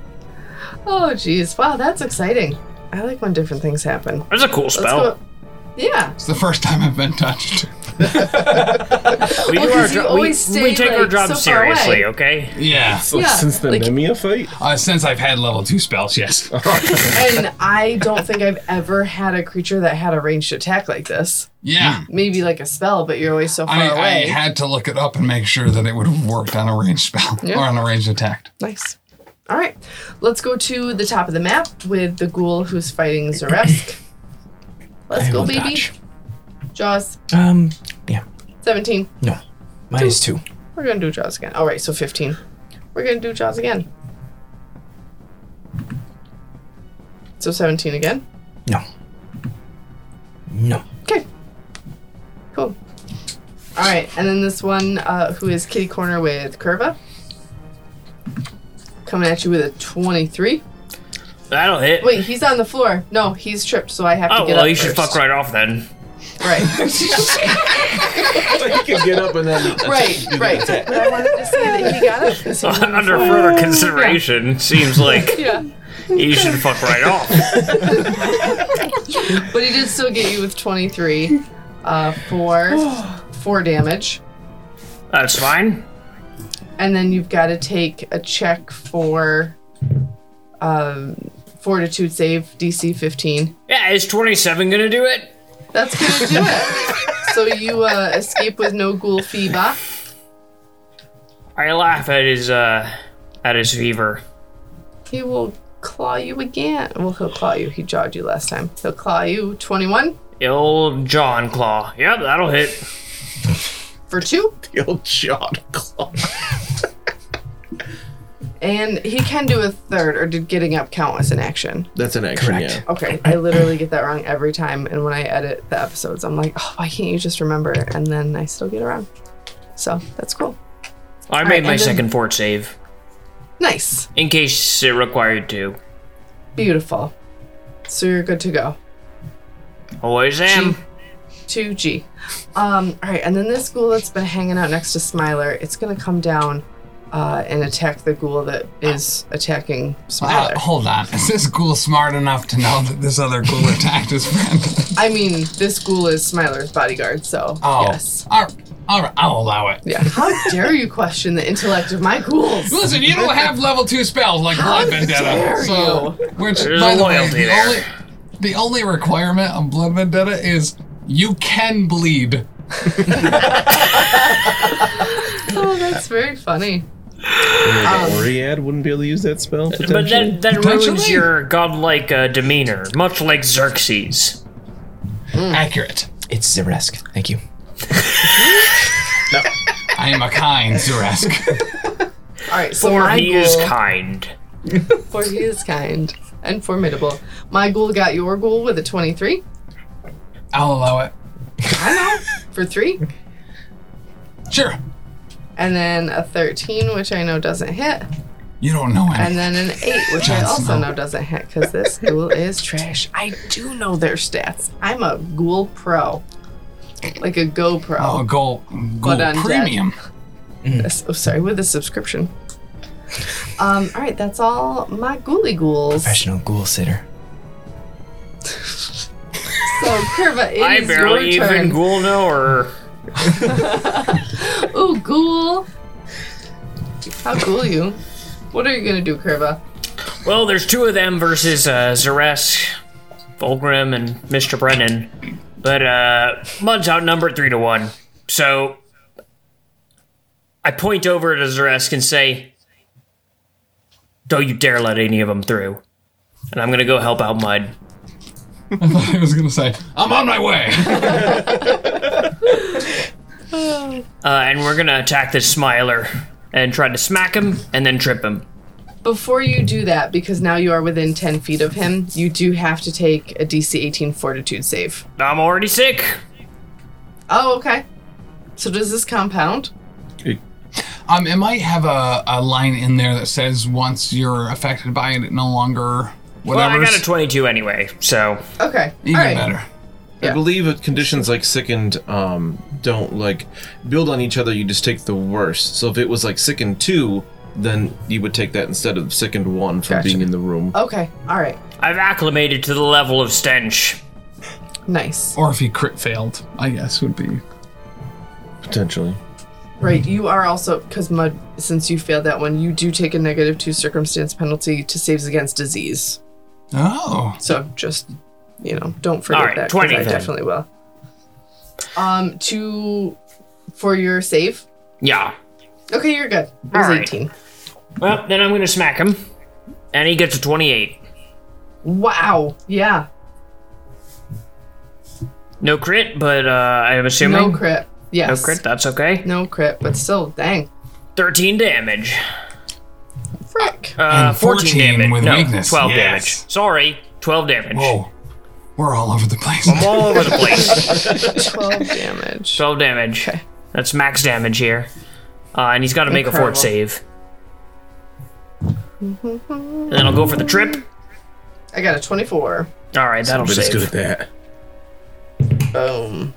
Oh geez, wow, that's exciting. I like when different things happen. That's a cool Let's spell. go. Yeah, it's the first time i've been touched We do Well, our Oh, 'cause you jo- we, always we stay, take our like, job so far away. seriously, okay? yeah So Yeah, Oh, since the like- Nemia fight, uh, since i've had level two spells yes and I don't think I've ever had a creature that had a ranged attack like this. yeah Maybe like a spell, but you're always so far I, I away. had to look it up and make sure that it would have worked on a ranged spell or on a ranged attack. Nice. All right, let's go to the top of the map with the ghoul who's fighting Zaresk. Let's I go, will baby. dodge. Jaws, Um, 17. minus two. We're gonna do Jaws again. All right, so 15. We're gonna do Jaws again. So 17 again. No. No. Okay. Cool. All right, and then this one, uh, who is Kitty Corner with Curva, coming at you with a 23. That'll hit. Wait, he's on the floor. No, he's tripped, so I have to oh get well, up you should first. fuck right off then. Right. Like you can get up and then Right. Right. But I wanted to say that he got up. This evening. Under further consideration, seems like Yeah. you should fuck right off. But he did still get you with 23 uh, for four damage. That's fine. And then you've got to take a check for um, fortitude save DC 15. Yeah, is 27 gonna do it? That's going to do it. so you uh, escape with no ghoul fever. I laugh at his, uh, at his fever. He will claw you again. Well, he'll claw you. He jawed you last time. He'll claw you 21 Ill John Claw. Yep, that'll hit. for two. You'll shot claw. And he can do a third, or did getting up count as an action? that's an action. Correct. Okay, I literally get that wrong every time. And when I edit the episodes, I'm like, oh, why can't you just remember? And then I still get it wrong. So that's cool. I made and my then- second fort save Nice. in case it required to. Beautiful. So you're good to go. Always am. 2G. Um, all right, and then this ghoul that's been hanging out next to Smiler, it's going to come down uh, and attack the ghoul that is attacking Smiler. Uh, hold on. Is this ghoul smart enough to know that this other ghoul attacked his friend? I mean, this ghoul is Smiler's bodyguard, so Oh. yes. All right. All right. I'll allow it. Yeah. How dare you question the intellect of my ghouls? Listen, you don't have level two spells like Blood Vendetta. dare So, which, There's by the way, loyalty the there. only, the only requirement on Blood Vendetta is you can bleed. Oh, that's very funny. Oriad wouldn't be able to use that spell. But that, that ruins Potentially. your godlike uh, demeanor, much like Xerxes. Hmm. Accurate. It's Zeresk. Thank you. I am a kind Zuresk. All right, so Or my he is ghoul- kind. For he is kind and formidable. My ghoul got your ghoul with a 23 I'll allow it. for three, Sure. and then a 13, which I know doesn't hit, You don't know and anything. then an 8, which I John also Snow. know doesn't hit because this ghoul is trash. I do know their stats. I'm a ghoul pro, like a GoPro. Oh, gold, gold undead. premium. Yes. Oh, sorry, with a subscription. Um, all right, that's all my ghouly ghouls. Professional ghoul sitter. So, Curva, it is I barely your turn. even ghoul know her. Ooh, ghoul. How cool you. What are you gonna do, Curva? Well, there's two of them versus uh, Zeresk, Volgrim, and Mr. Brennan. But uh, Mud's outnumbered three to one. So I point over to Zeresk and say, Don't you dare let any of them through. And I'm going to go help out Mud. I was gonna say, I'm on my way. Uh, and we're going to attack this Smiler and try to smack him and then trip him. Before you do that, because now you are within 10 feet of him, you do have to take a DC 18 fortitude save. I'm already sick. Oh, okay. So does this compound? um, it might have a, a line in there that says once you're affected by it, it no longer Well, I whatever. got a 22 anyway, so. Okay. even all right. better. Yeah. I believe that conditions like sick and um, don't like build on each other. You just take the worst. So if it was like sick and two, then you would take that instead of sick and one from Gotcha. being in the room. Okay. All right. I've acclimated to the level of stench. Nice. Or if he crit failed, I guess would be. Potentially. Right. You are also, because Mud, since you failed that one, you do take a negative two circumstance penalty to saves against disease. Oh, So just, you know, don't forget All right, that. 20 20 I then. definitely will. Um, to for your save. Yeah. Okay, you're good. It was All right. 18. Well, then I'm gonna smack him, and he gets a 28. Wow. Yeah. No crit, but uh, I'm assuming No crit. Yes. No crit. That's okay. No crit, but still, dang. 13 damage. Frick. Uh, And 14, 14 damage. with no, weakness. 12 Yes. damage. Sorry, 12 damage. whoa, we're all over the place. I'm all over the place. 12 damage. 12 damage. Okay. That's max damage here. Uh, and he's got to make a fort Incredible. save. And then I'll go for the trip. I got a 24. All right, that'll save. at that. Boom.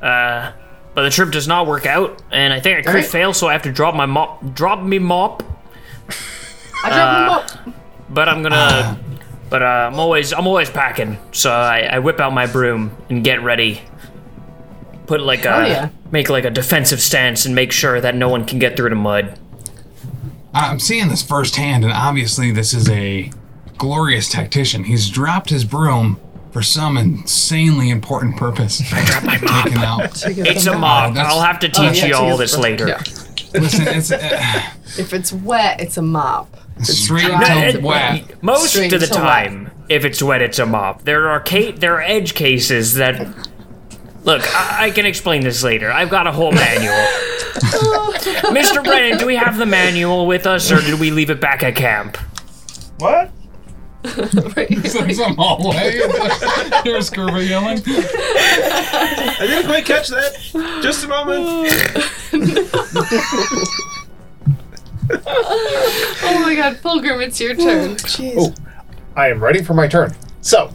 Uh, but the trip does not work out, and I think I crit Alright. fail, so I have to drop my mop. Drop me mop. I Uh, dropped him up. But I'm gonna. but uh, I'm always I'm always packing, so I, I whip out my broom and get ready. Put like a Hell yeah. make like a defensive stance and make sure that no one can get through the mud. I'm seeing this firsthand, and obviously, this is a glorious tactician. He's dropped his broom for some insanely important purpose. I dropped my Taken out. It's a mop. that's- I'll have to teach Oh, yeah, you she all gets this the- later. yeah. Listen, it's uh, If it's wet, it's a mop. straight No, to it- wet. Most Straight of the to wet. time, if it's wet, it's a mop. There are ca- there are edge cases that. Look, I, I can explain this later. I've got a whole manual. Mr. Brennan, do we have the manual with us, or did we leave it back at camp? What? There's a hallway. There's Kerba yelling. I didn't quite catch that. Just a moment. Oh my god, Pilgrim, it's your turn. Oh, I am ready for my turn. So,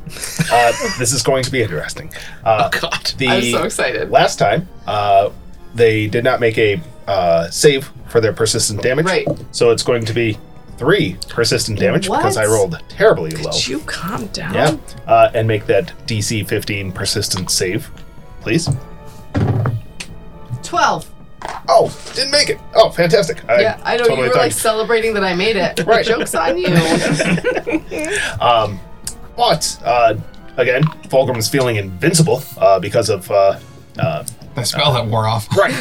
uh, this is going to be interesting. Uh, oh God! The I'm so excited. last time, uh, they did not make a uh, save for their persistent damage. Right. So it's going to be three persistent damage because What? I rolled terribly low. Could you calm down? Yeah. Uh, and make that DC 15 persistent save, please. 12. Oh, didn't make it. Oh, fantastic. I yeah, I know totally you were thought like celebrating that I made it. Right. Joke's on you. But uh, again, Fulgrim is feeling invincible uh, because of uh, uh, The spell that wore off. right.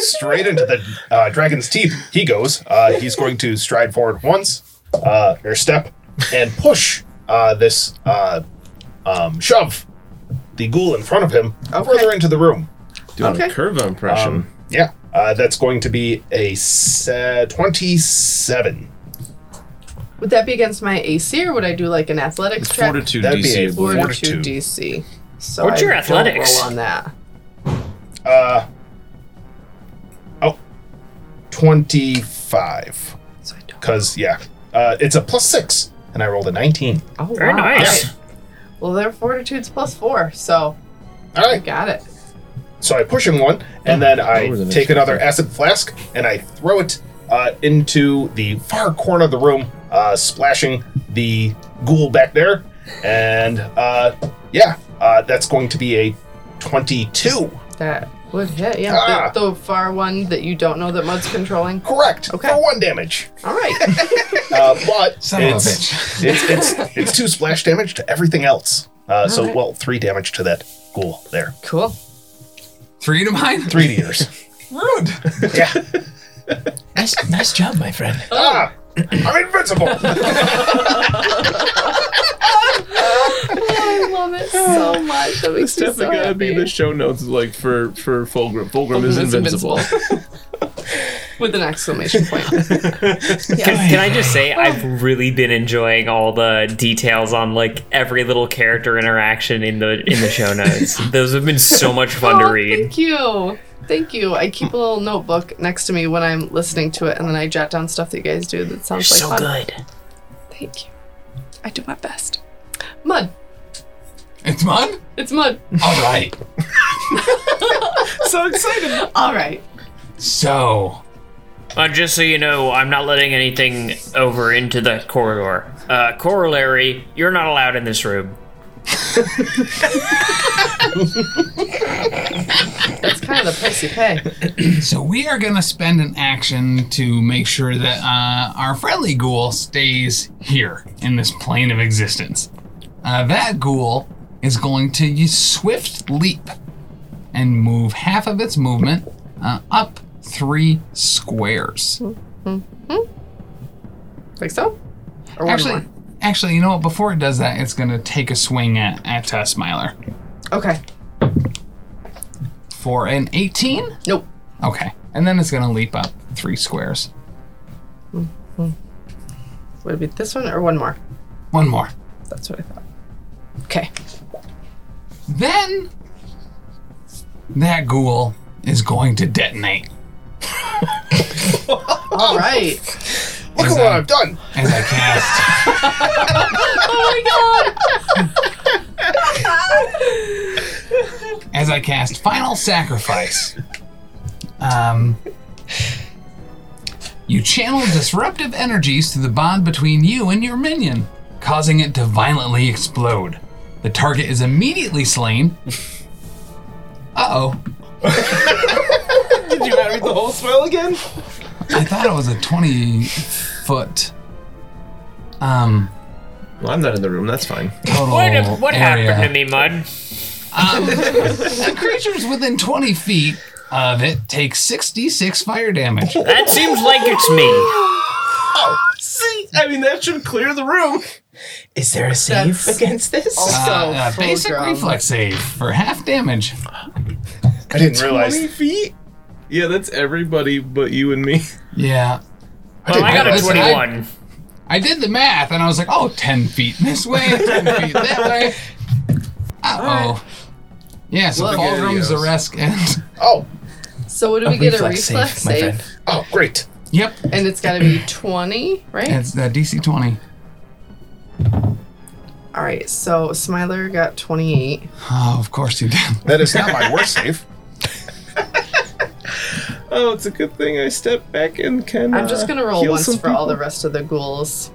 Straight into the uh, dragon's teeth he goes. Uh, he's going to stride forward once, uh, or step, and push uh, this uh, um, shove the ghoul in front of him further into the room. Doing Okay. a curve impression. Yeah, uh, that's going to be a se- 27. Would that be against my AC or would I do like an athletics check? Fortitude That'd be DC. a I believe. Fortitude Fortitude. DC. So What's I your don't athletics? roll on that. Uh, oh, 25. So I don't. Because, yeah, uh, it's a plus six, and I rolled a 19. Oh, Very wow. nice. Alright. Well, their fortitude's plus four, so All I right, got it. so I push him one, and then I Lower than take another acid flask, and I throw it uh, into the far corner of the room, uh, splashing the ghoul back there. And, uh, yeah, uh, that's going to be a 22. That would hit. Yeah, Ah. the, the far one that you don't know that mud's controlling. Correct. Okay. For one damage. All right. Uh, but Son of a it's, it's it's it's two splash damage to everything else. Uh, so Alright. well, three damage to that ghoul there. cool. Three to mine. Three to yours. Rude. yeah. Nice, nice job, my friend. Ah, I'm invincible. I love it so much. That makes It's me so definitely gotta be happy. in the show notes, like for for Fulgrim. Fulgrim is is invincible. With an exclamation point. Can, can I just say I've really been enjoying all the details on like every little character interaction in the in the show notes. Those have been so much fun to Oh, read. Thank you. Thank you. I keep a little notebook next to me when I'm listening to it, and then I jot down stuff that you guys do that sounds like fun. good. Thank you. I do my best. Mud. It's mine. It's mud. All right. so excited. All right. So Uh, just so you know, I'm not letting anything over into the corridor. Uh, corollary, you're not allowed in this room. That's kind of the price you pay. So we are gonna spend an action to make sure that uh, our friendly ghoul stays here in this plane of existence. Uh, that ghoul is going to use swift leap and move half of its movement uh, up three squares. Like so? Or one Actually, more? actually, you know what? Before it does that, it's gonna take a swing at at uh, Smiler Okay. for an 18. Nope. Okay, and then it's gonna leap up three squares. Would it be this one or one more? One more. That's what I thought. Okay. Then that ghoul is going to detonate. All right. Look at what I've done. as I cast. oh my god! as I cast Final Sacrifice, um, you channel disruptive energies to the bond between you and your minion, causing it to violently explode. The target is immediately slain. Uh oh. Did you not read the whole spell again? I thought it was a 20 foot. Um. Well, I'm not in the room. That's fine. Total Oh, What, what area. happened to me, Mud? The creatures within 20 feet of it take 66 fire damage. That seems like it's me. Oh, See, I mean that should clear the room. Is there a save That's- against this? Ah, Also, Uh, uh, full basic grown. reflex save for half damage. I didn't realize. Twenty feet. Yeah, that's everybody but you and me. Yeah. Well, I got a Listen, I- 21. I did the math and I was like, oh, 10 feet this way, 10 feet that way. Uh oh. Yeah, so Look at Fulgrim's the those. rest end. Oh, So what do we get? a reflex my save, friend. oh, great. Yep. and it's got to be twenty, right? It's uh, DC 20. All right. So Smiler got twenty-eight. Oh, of course you did. That is not my worst save. Oh, it's a good thing I stepped back and can. I'm just uh, gonna roll heal once for some all the people. rest of the ghouls.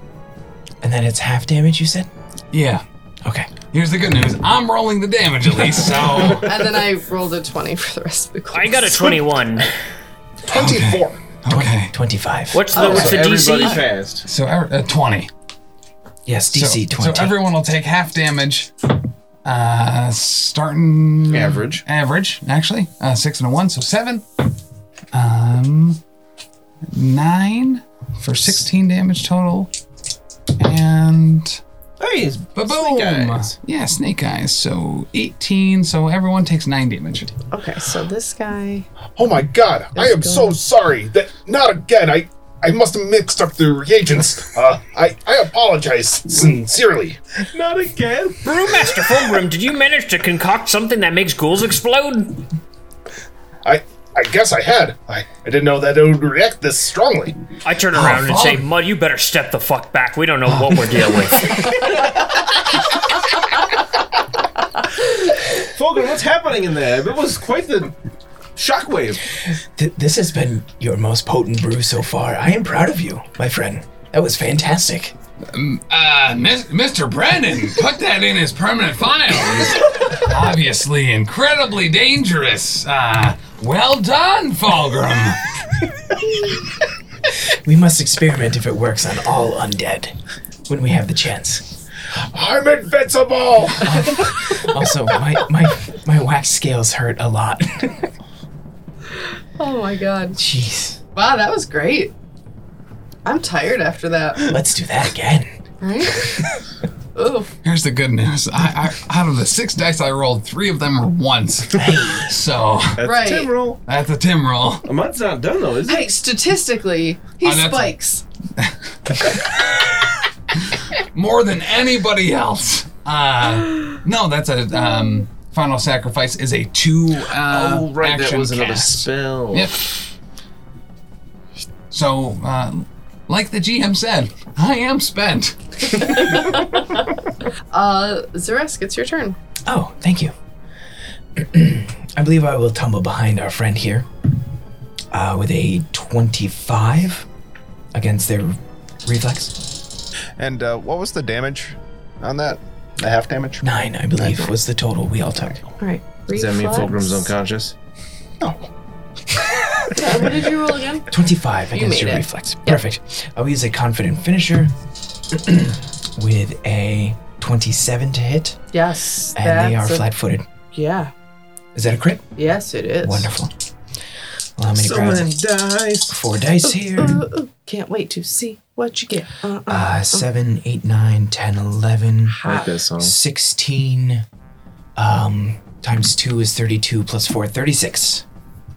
And then it's half damage, you said? Yeah. Okay. Here's the good news I'm rolling the damage at least, so. And then I rolled a 20 for the rest of the ghouls. I got a 21. Twenty-four. Okay. 25. What's the, what's Oh, So the everybody DC? passed. So, ev- uh, 20. Yes, So- DC So, 20. everyone will take half damage. Uh, starting Average. average actually uh, six and a one, so seven. Um, nine for sixteen damage total, and Hey, it's ba boom, eyes. yeah, snake eyes. So eighteen. So everyone takes nine damage. Okay, so this guy. Oh my god, I am so sorry. That not again. I I must have mixed up the reagents. Uh, I I apologize sincerely. not again. Brewmaster Fulgrim, did you manage to concoct something that makes ghouls explode? I I guess I had. I, I didn't know that it would react this strongly. I turn Oh, around and say, fuck. Mud, you better step the fuck back. We don't know what we're dealing with. Fulgrim, what's happening in there? It was quite the shockwave. Th- this has been your most potent brew so far. I am proud of you, my friend. That was fantastic. Uh, Mis- Mr. Brennan put that in his permanent files. Obviously, incredibly dangerous. Uh, well done, Fulgrim. We must experiment if it works on all undead when we have the chance. I'm invincible. Also, my my my wax scales hurt a lot. Oh my god. Jeez. Wow, that was great. I'm tired after that, Let's do that again. right? Ooh, Here's the good news. I, I out of the six dice I rolled, three of them were ones. so That's Right. Tim roll. that's a Tim roll. A month's not done though, is it? hey, statistically, he Oh, that's- spikes. More than anybody else. Uh, no, that's a um, final sacrifice is a two. Uh, Oh, right, that action was another cast. spell. Yep. So, uh, like the GM said, I am spent. Uh, Zeresk, it's your turn. Oh, thank you. I believe I will tumble behind our friend here uh, with a 25 against their reflex. And uh, what was the damage on that? The half damage? Nine, I believe, was the total we all took. All right. Does that mean reflex. Fulgrim's unconscious? What did you roll again? 25 against made your it. reflex. Perfect. I'll use a confident finisher with a 27 to hit, Yes. and they are that's a- flat footed. Yeah. Is that a crit? Yes, it is. Wonderful. Well, how many Someone cards? dies. Four dice here. Ooh, ooh, can't wait to see what you get. Uh, uh, Uh, seven, eight, nine, 10, 11, I like that song. 16. Um, times two is 32, plus four, 36.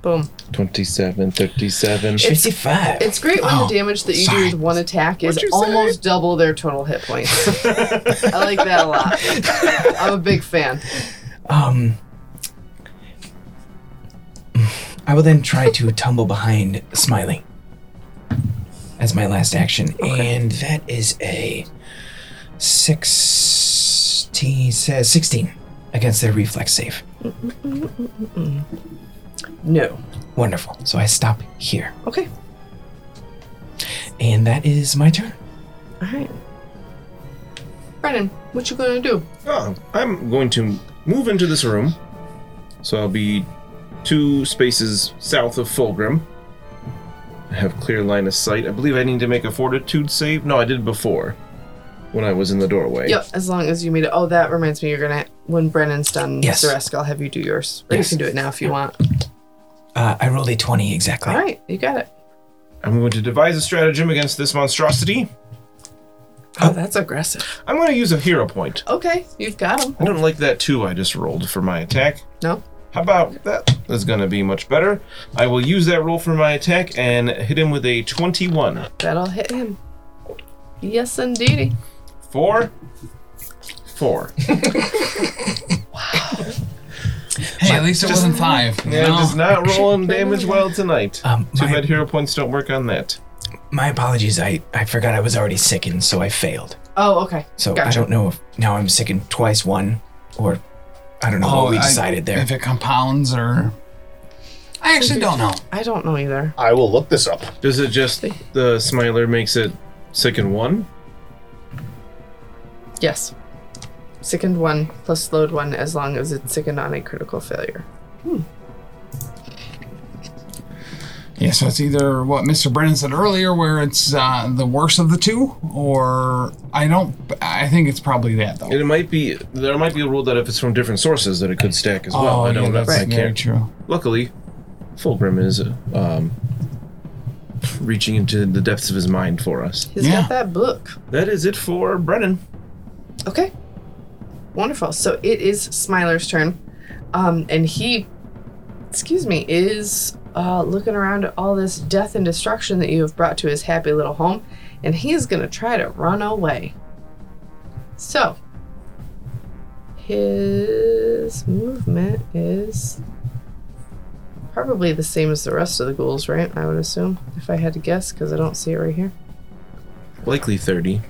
boom. 27, 37. 55. It's great when Oh, the damage that you sorry. do with one attack is almost double their total hit points. I like that a lot. I'm a big fan. Um, I will then try to tumble behind Smiley as my last action, and that is a 16, sa- 16 against their reflex save. No. Wonderful. So I stop here, Okay. and that is my turn. All right. Brennan, what you gonna do? Oh, I'm going to move into this room. So I'll be two spaces south of Fulgrim. I have clear line of sight. I believe I need to make a fortitude save. No, I did before when I was in the doorway. Yep. As long as you meet it. Oh, that reminds me. You're gonna when Brennan's done Yes. the rest. I'll have you do yours. Or Yes. You can do it now if you want. Uh, I rolled a 20 exactly. All right. You got it. I'm going to devise a stratagem against this monstrosity. Oh, that's aggressive. I'm going to use a hero point. Okay, you've got him. I don't like that two I just rolled for my attack. No. How about that? That's going to be much better. I will use that roll for my attack and hit him with a 21 That'll hit him. Yes, indeedy. Four. Four. Hey, at least it wasn't five. you Yeah, know? does not rolling damage well tonight. Um, Too my- bad hero points don't work on that. My apologies. I, I forgot I was already sickened, so I failed. Oh, okay. So I Gotcha. don't know if now I'm sickened twice one or I don't know what we Oh, I- decided there. If it compounds or. I actually don't know. I don't know either. I will look this up. Does it just the smiler makes it sick and one? Yes. Sickened one plus slowed one as long as it's sickened on a critical failure. Yeah, so it's either what Mr. Brennan said earlier, where it's uh, the worst of the two, or I don't. I think it's probably that though. And it might be there might be a rule that if it's from different sources that it could stack as well. oh, I yeah, don't know. that's I very can't. true. Luckily, Fulgrim is um, reaching into the depths of his mind for us. He's Yeah. got that book. That is it for Brennan. Okay. Wonderful. So it is Smiler's turn. Um, and he, excuse me, is uh, looking around at all this death and destruction that you have brought to his happy little home, and he is going to try to run away. So, his movement is probably the same as the rest of the ghouls, right? I would assume, if I had to guess, because I don't see it right here. Likely thirty.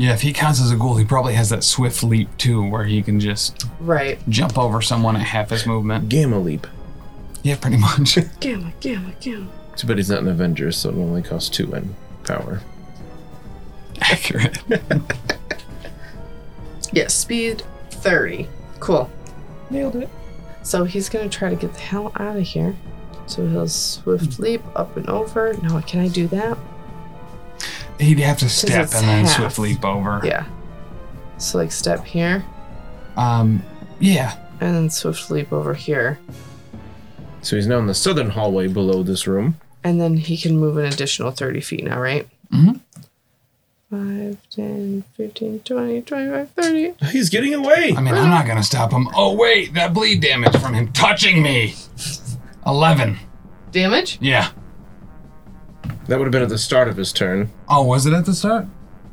Yeah, if he counts as a ghoul, he probably has that swift leap too, where he can just Right. jump over someone at half his movement. Gamma leap. Yeah, pretty much. Gamma, gamma, gamma. Too bad he's not an Avenger, so it only costs two in power. Accurate. Yes, speed 30. Cool. Nailed it. So he's gonna try to get the hell out of here. So he'll Hmm. swift leap up and over. No, can I do that? He'd have to step it's and then half. swift leap over. Yeah. So like step here Um. Yeah. and then swift leap over here. So he's now in the southern hallway below this room. And then he can move an additional 30 feet now, right? Mm-hmm. 5, 10, 15, 20, 25, 30. He's getting away. I mean, I'm not gonna stop him. Oh wait, that bleed damage from him touching me. Eleven. Damage? Yeah. That would have been at the start of his turn. Oh, was it at the start?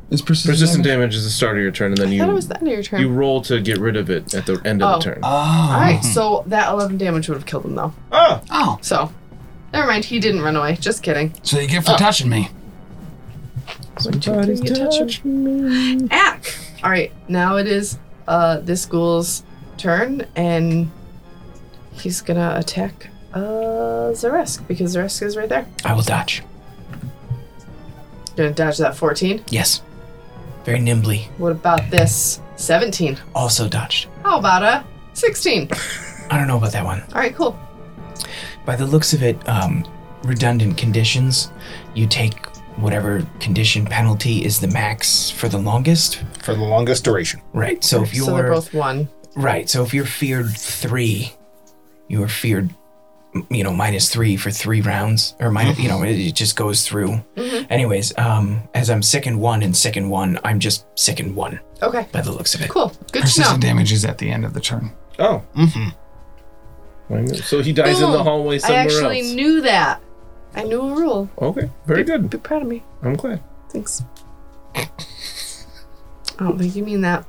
Is persistent, Persistent damage is the start of your turn, and then I thought it you was the end of your turn. you roll to get rid of it at the end of Oh. the turn. Oh. Alright, so that 11 damage would have killed him though. Ah, Oh, So, never mind. He didn't run away. Just kidding. so you get for touching me. Somebody's me. Ack! All right, now it is uh, this ghoul's turn, and he's gonna attack uh, Zaresk because Zaresk is right there. I will dodge. Gonna dodge that 14. Yes. Very nimbly. What about this 17? Also dodged. How about a 16? I don't know about that one. All right, cool. By the looks of it, um, redundant conditions, you take whatever condition penalty is the max for the longest. For the longest duration. Right. So if you so they're were both one. right, so if you're feared three, you are feared, m- you know, minus three for three rounds, or minus, you know, it, it just goes through. Mm-hmm. Anyways, um, as I'm sickened one and sickened one, I'm just sickened one Okay, by the looks of it. cool. Good to know. Persistent damage is at the end of the turn. oh. Mm-hmm. So he dies in the Boom. Oh, hallway I somewhere actually else. knew that. I knew a rule. okay, very good. Be proud of me. I'm glad. Thanks. I don't think you mean that.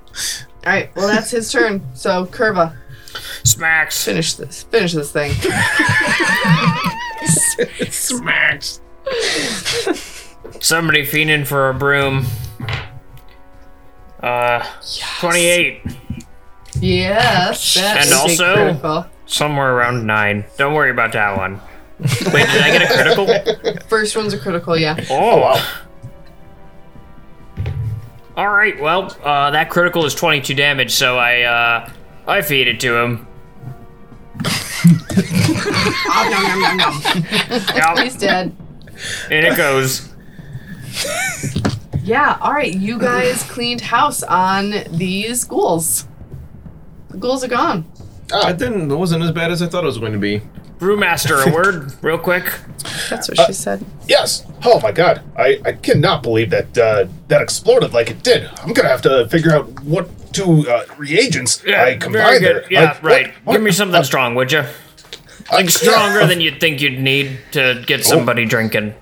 All right. Well, that's his turn. So Curva, Smacks. finish this. Finish this thing. Smacks. Somebody fiending for a broom. Uh, 28. Yes. That's And also- critical. Somewhere around 9. Don't worry about that one. Wait, did I get a critical? First ones are critical, yeah. Oh, wow. All right, well, uh, that critical is 22 damage, so I, uh, I feed it to him. Yep, He's dead. and it goes. Yeah, all right. You guys cleaned house on these ghouls. The ghouls are gone. That didn't. That wasn't as bad as I thought it was going to be. Brewmaster, a word, real quick. That's what she said. Yes. Oh my god. I, I cannot believe that uh, that exploded like it did. I'm gonna have to figure out what two uh, reagents I very combined good. there. Yeah, Like, right. what- Uh, Give me what- something strong, would you? Like stronger than you'd think you'd need to get somebody drinking.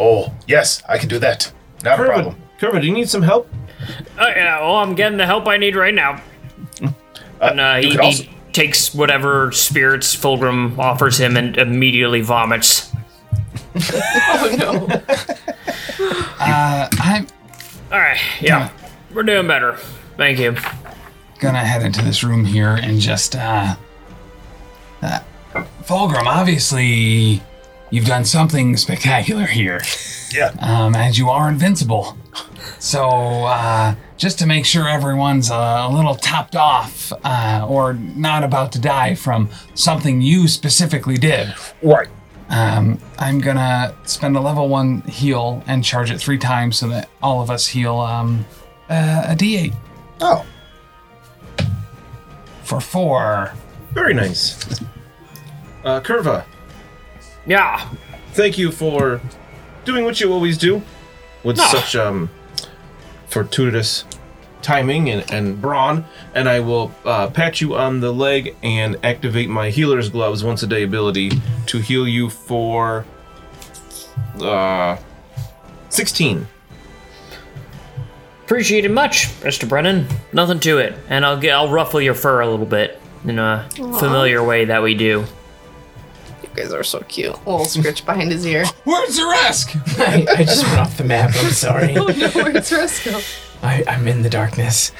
Oh yes, I can do that. Not a Kermit, problem. Kermit, do you need some help? Uh, yeah, well, I'm getting the help I need right now. And uh, he, could he also- takes whatever spirits Fulgrim offers him and immediately vomits. Oh no. Uh, I'm All right, yeah, we're doing better. Thank you. gonna head into this room here and just uh, uh Fulgrim, obviously you've done something spectacular here. Yeah. Um, as you are invincible. So uh just to make sure everyone's uh, a little topped off uh, or not about to die from something you specifically did, Right. um, I'm gonna spend a level one heal and charge it three times so that all of us heal um, uh, a d8 Oh. for four. Very nice. Uh, Curva, Yeah, thank you for doing what you always do with Ah. such um fortuitous timing and, and brawn. And I will uh, pat you on the leg and activate my healer's gloves once a day ability to heal you for uh 16. appreciate it much, Mister Brennan. Nothing to it, and I'll get I'll ruffle your fur a little bit in a familiar way that we do. You guys are so cute. little scritch behind his ear. Where's the risk? I, I just went off the map. I'm sorry. no, where's Resco? I, I'm in the darkness.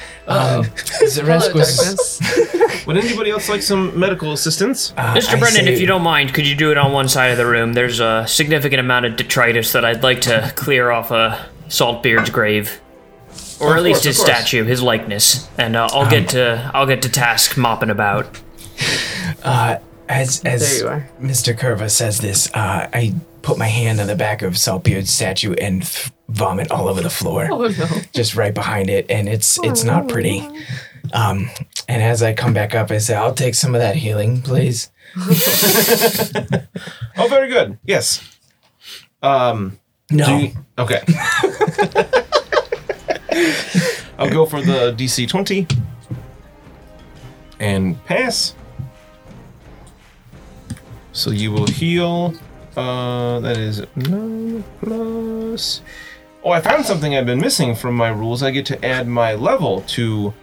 Hello, Um, Zeresk was. darkness. Would anybody else like some medical assistance? uh, Mr. I Brennan, say- if you don't mind, could you do it on one side of the room? There's a significant amount of detritus that I'd like to clear off a Saltbeard's grave, or at least course, of his course. statue, his likeness, and uh, I'll get to I'll get to task mopping about. As as There you are. Mr. Curva says this, uh, I put my hand on the back of Saltbeard's statue and f- vomit all over the floor, Oh no. Oh, just right behind it, and it's it's not pretty. Um, and as I come back up, I say, "I'll take some of that healing, please." Oh, very good. Yes. Um No, Do you- okay. I'll go for the DC 20 and pass. So you will heal. Uh, that is nine plus. Oh, I found something I've been missing from my rules. I get to add my level to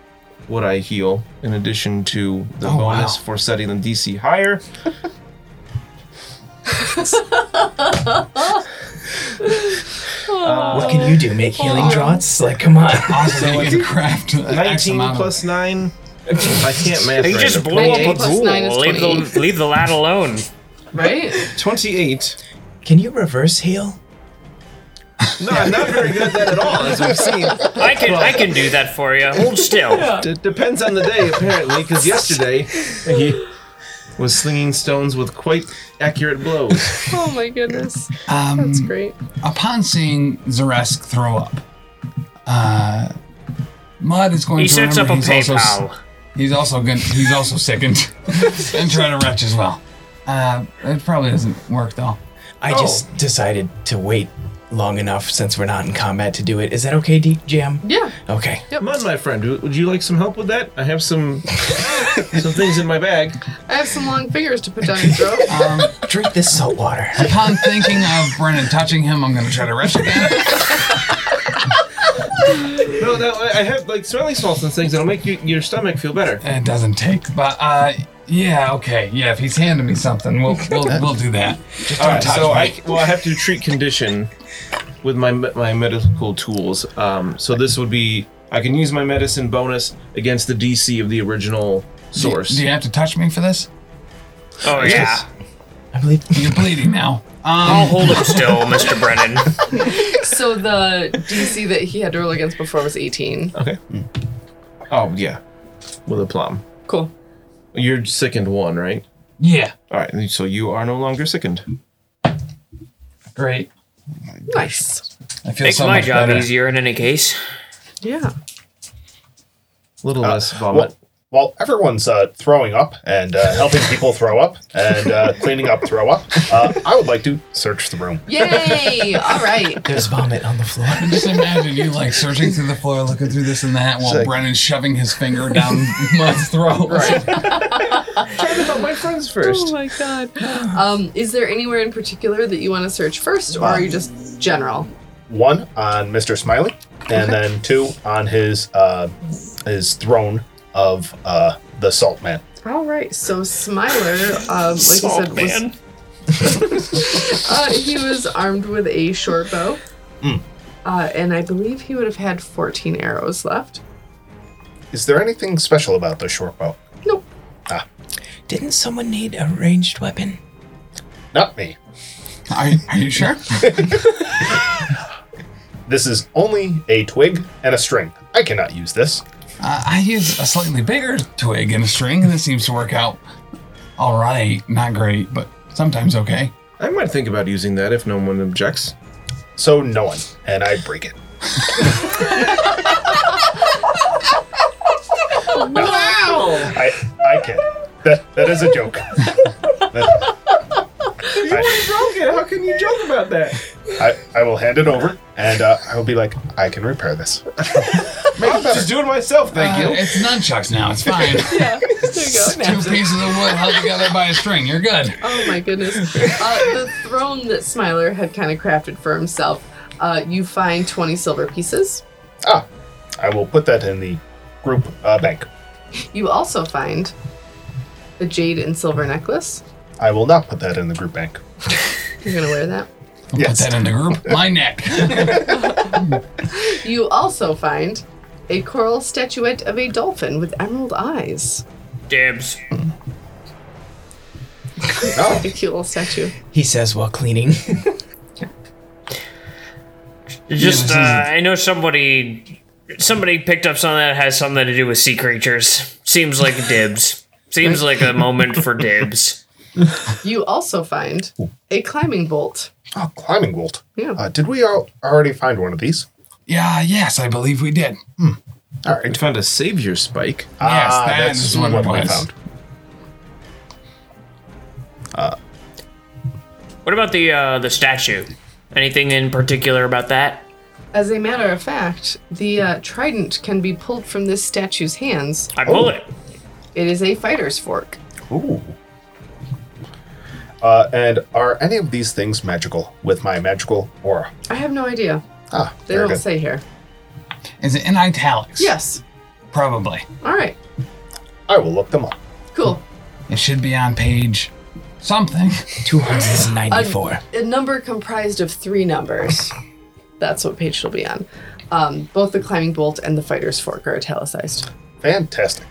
what I heal in addition to the Oh, bonus for setting the DC higher. what can you do? Oh, Make healing draughts? Like, come on. Also, you can craft an X 19 amount of- plus 9. I can't math. He right just now. blew up a 28 plus ghoul. nine is Leave the 28. leave the lad alone. Right? 28. Can you reverse heal? No, I'm not very good at that at all, as we've seen. I can I can do that for you. Hold still. D- depends on the day, apparently, because yesterday he was slinging stones with quite accurate blows. Oh my goodness. Um, That's great. upon seeing Zaresk throw up, uh, Mud is going He to sets up remember a he's also s- PayPal. he's also going he's also sickened and trying to retch as well. Uh, it probably doesn't work though. Oh. I just decided to wait long enough since we're not in combat to do it. Is that okay, D- GM? Yeah. Okay. Come on, my friend, w- would you like some help with that? I have some some things in my bag. I have some long fingers to put down your throat. Drink this salt water. Upon thinking of Brennan touching him, I'm going to try to retch again. No, no, I I have like smelling salts and things that'll make you, your stomach feel better. It doesn't take, but uh, Yeah, okay. Yeah, if he's handing me something, we'll we'll, we'll do that. All right, touch so me. I well, I have to treat condition with my me- my medical tools. Um, so this would be I can use my medicine bonus against the DC of the original source. Do you have to touch me for this? Oh yeah. I believe You're bleeding now. I'll Um, hold him still, Mr. Brennan. So the DC that he had to roll against before was 18. Okay. Oh yeah, with a plum. Cool. You're sickened one, right? yeah. All right, so you are no longer sickened. Great. Nice. I feel Makes so my much job better. easier in any case. Yeah. A little less Well, vomit. while everyone's uh, throwing up and uh, helping people throw up and uh, cleaning up throw up, uh, I would like to search the room. Yay! All right. there's vomit on the floor. Just imagine you like searching through the floor, looking through this and that, while It's like- Brennan's shoving his finger down my throat. Talk about my friends first. Oh my god. Um, is there anywhere in particular that you want to search first, or are you just general? One on Mr. Smiley, and then two on his uh, his throne of uh, the Salt Man. All right. So Smiler, um, like you said, was Uh, he was armed with a short bow. Uh, and I believe he would have had 14 arrows left. Is there anything special about the short bow? Nope. Didn't someone need a ranged weapon? Not me. Are, you- are you sure? This is only a twig and a string. I cannot use this. Uh, I use a slightly bigger twig and a string, and it seems to work out all right. Not great, but sometimes okay. I might think about using that if no one objects. So no one, and I break it. Wow! I I can. That that is a joke. That- I, How can you joke about that? I, I will hand it over, and uh, I will be like, I can repair this. I'm just doing myself, thank you. Uh, it's nunchucks now. It's fine. There you go. Two pieces of wood held together by a string. You're good. Oh my goodness. Uh, the throne that Smiler had kind of crafted for himself, uh, you find 20 silver pieces. Ah, I will put that in the group uh, bank. You also find the jade and silver necklace. I will not put that in the group bank. You're going to wear that. I'll Yes. Put that in the group. My neck. You also find a coral statuette of a dolphin with emerald eyes. Dibs. A cute little statue. He says while cleaning. Just, this uh, isn't- I know somebody, somebody picked up something that has something to do with sea creatures. Seems like dibs. Seems like a moment for dibs. You also find a climbing bolt. Oh, climbing bolt. Yeah. Uh, did we all already find one of these? Yeah. Yes, I believe we did. All I right. found a savior spike. Yes, Ah, that that's is what it I was. found. What about the uh, the statue? Anything in particular about that? As a matter of fact, the uh, trident can be pulled from this statue's hands. I Oh, pull it. It is a fighter's fork. Ooh. Uh, and are any of these things magical with my magical aura? I have no idea. Ah, They very don't good. say here. Is it in italics? Yes. Probably. All right. I will look them up. Cool. It should be on page something. 294. Um, A number comprised of three numbers. That's what page it'll be on. Um, both the climbing bolt and the fighter's fork are italicized. Fantastic.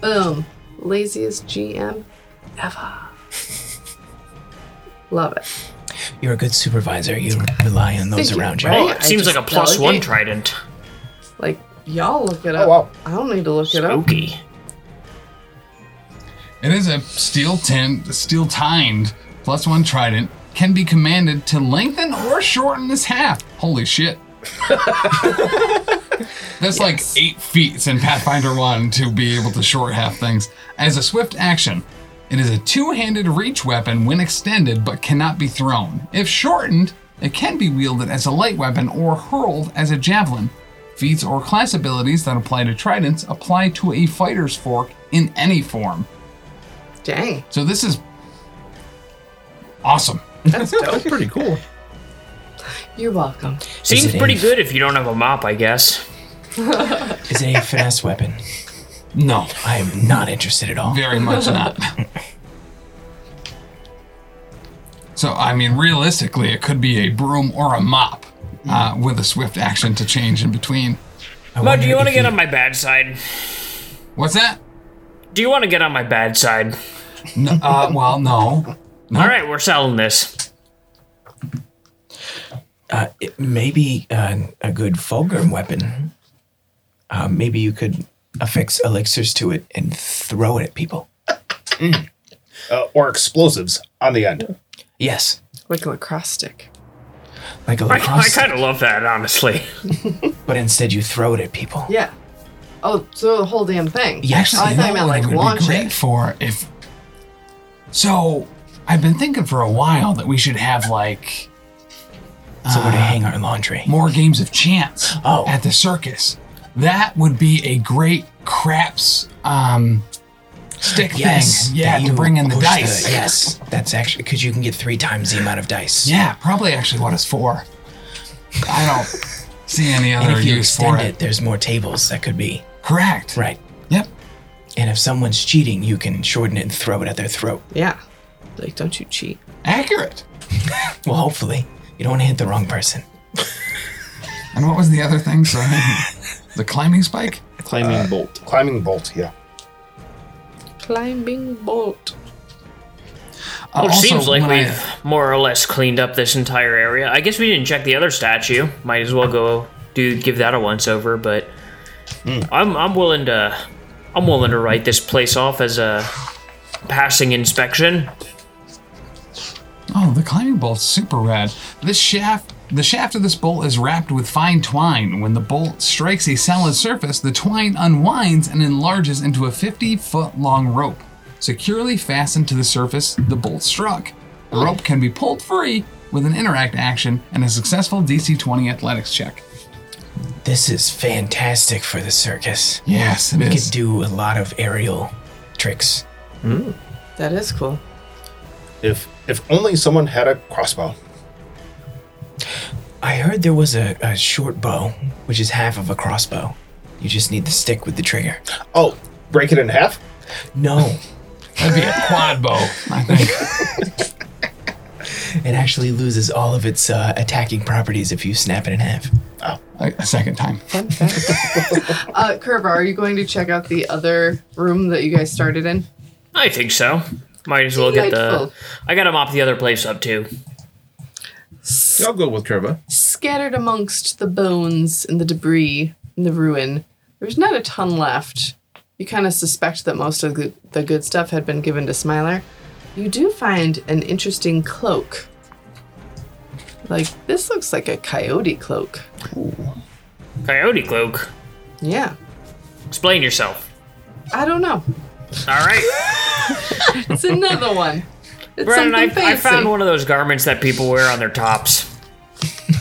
Boom. Laziest GM ever. Love it. You're a good supervisor. You rely on those Thank you. around you. Right? Oh, I it seems just like a plus delegate. one trident. Like, y'all look it up. Oh, wow. I don't need to look it Oh. up. Spooky. It is a steel tin, steel tined, plus one trident. Can be commanded to lengthen or shorten this half. Holy shit. That's like eight feats in Pathfinder 1 to be able to short half things. As a swift action, it is a two handed reach weapon when extended but cannot be thrown. If shortened, it can be wielded as a light weapon or hurled as a javelin. Feats or class abilities that apply to tridents apply to a fighter's fork in any form. Dang. So this is awesome. That's dope. Pretty cool. You're welcome. Seems it pretty in? good if you don't have a mop, I guess. Is it a finesse weapon? No, I am not interested at all. very much not. So, I mean, realistically, it could be a broom or a mop uh, with a swift action to change in between. I Mud, wonder do you want to if get on my bad side? What's that? Do you want to get on my bad side? No, uh, well, no. All right, we're selling this. uh, it- maybe uh, a good fulgrim weapon. Uh, maybe you could affix elixirs to it and throw it at people. uh, or explosives on the end. Yes, Like a lacrosse stick. like a I, I lacrosse, kind of love that, honestly. but instead you throw it at people. Yeah. Oh, so the whole damn thing. Yes, Oh, I thought you meant like launch great it. for if. So, I've been thinking for a while that we should have like So where to hang our laundry? more games of chance Oh. at the circus. That would be a great craps um, stick Yes, thing. Yeah, that to you bring in the push dice. yes, that's actually because you can get three times the amount of dice. Yeah, probably actually what it's for. I don't see any and other if you use for extend it. it, there's more tables that could be Correct. right. Yep. And if someone's cheating, you can shorten it and throw it at their throat. Yeah. Like, don't you cheat. Accurate. Well, hopefully, you don't want to hit the wrong person. And what was the other thing? Sorry. the climbing spike? Climbing bolt. Uh, Climbing bolt, yeah. Climbing bolt. Oh, Uh, Well, it also, seems like when I- we've more or less cleaned up this entire area. I guess we didn't check the other statue. Might as well go do give that a once over. But Hmm. I'm I'm willing to I'm willing to write this place off as a passing inspection. Oh, the climbing bolt's super rad. This shaft, the shaft of this bolt is wrapped with fine twine. When the bolt strikes a solid surface, the twine unwinds and enlarges into a 50 foot long rope. Securely fastened to the surface the bolt struck, the rope can be pulled free with an interact action and a successful DC 20 athletics check. This is fantastic for the circus. Yes, it We is. could do a lot of aerial tricks. That is cool. If if only someone had a crossbow. I heard there was a, a short bow, which is half of a crossbow. You just need the stick with the trigger. Oh, break it in half? No, That'd be a quad bow, I think. it actually loses all of its uh, attacking properties if you snap it in half. a, a second time. Fun fact. uh, Curva, are you going to check out the other room that you guys started in? I think so. Might as well get the. Delightful. I gotta mop the other place up too. I'll go with Kerba. Scattered amongst the bones and the debris and the ruin, there's not a ton left. You kind of suspect that most of the the good stuff had been given to Smiler. You do find an interesting cloak. Like, this looks like a coyote cloak. Coyote cloak. Yeah. Explain yourself. I don't know. All right. It's another one. It's Brennan, I, something I fancy. found one of those garments that people wear on their tops.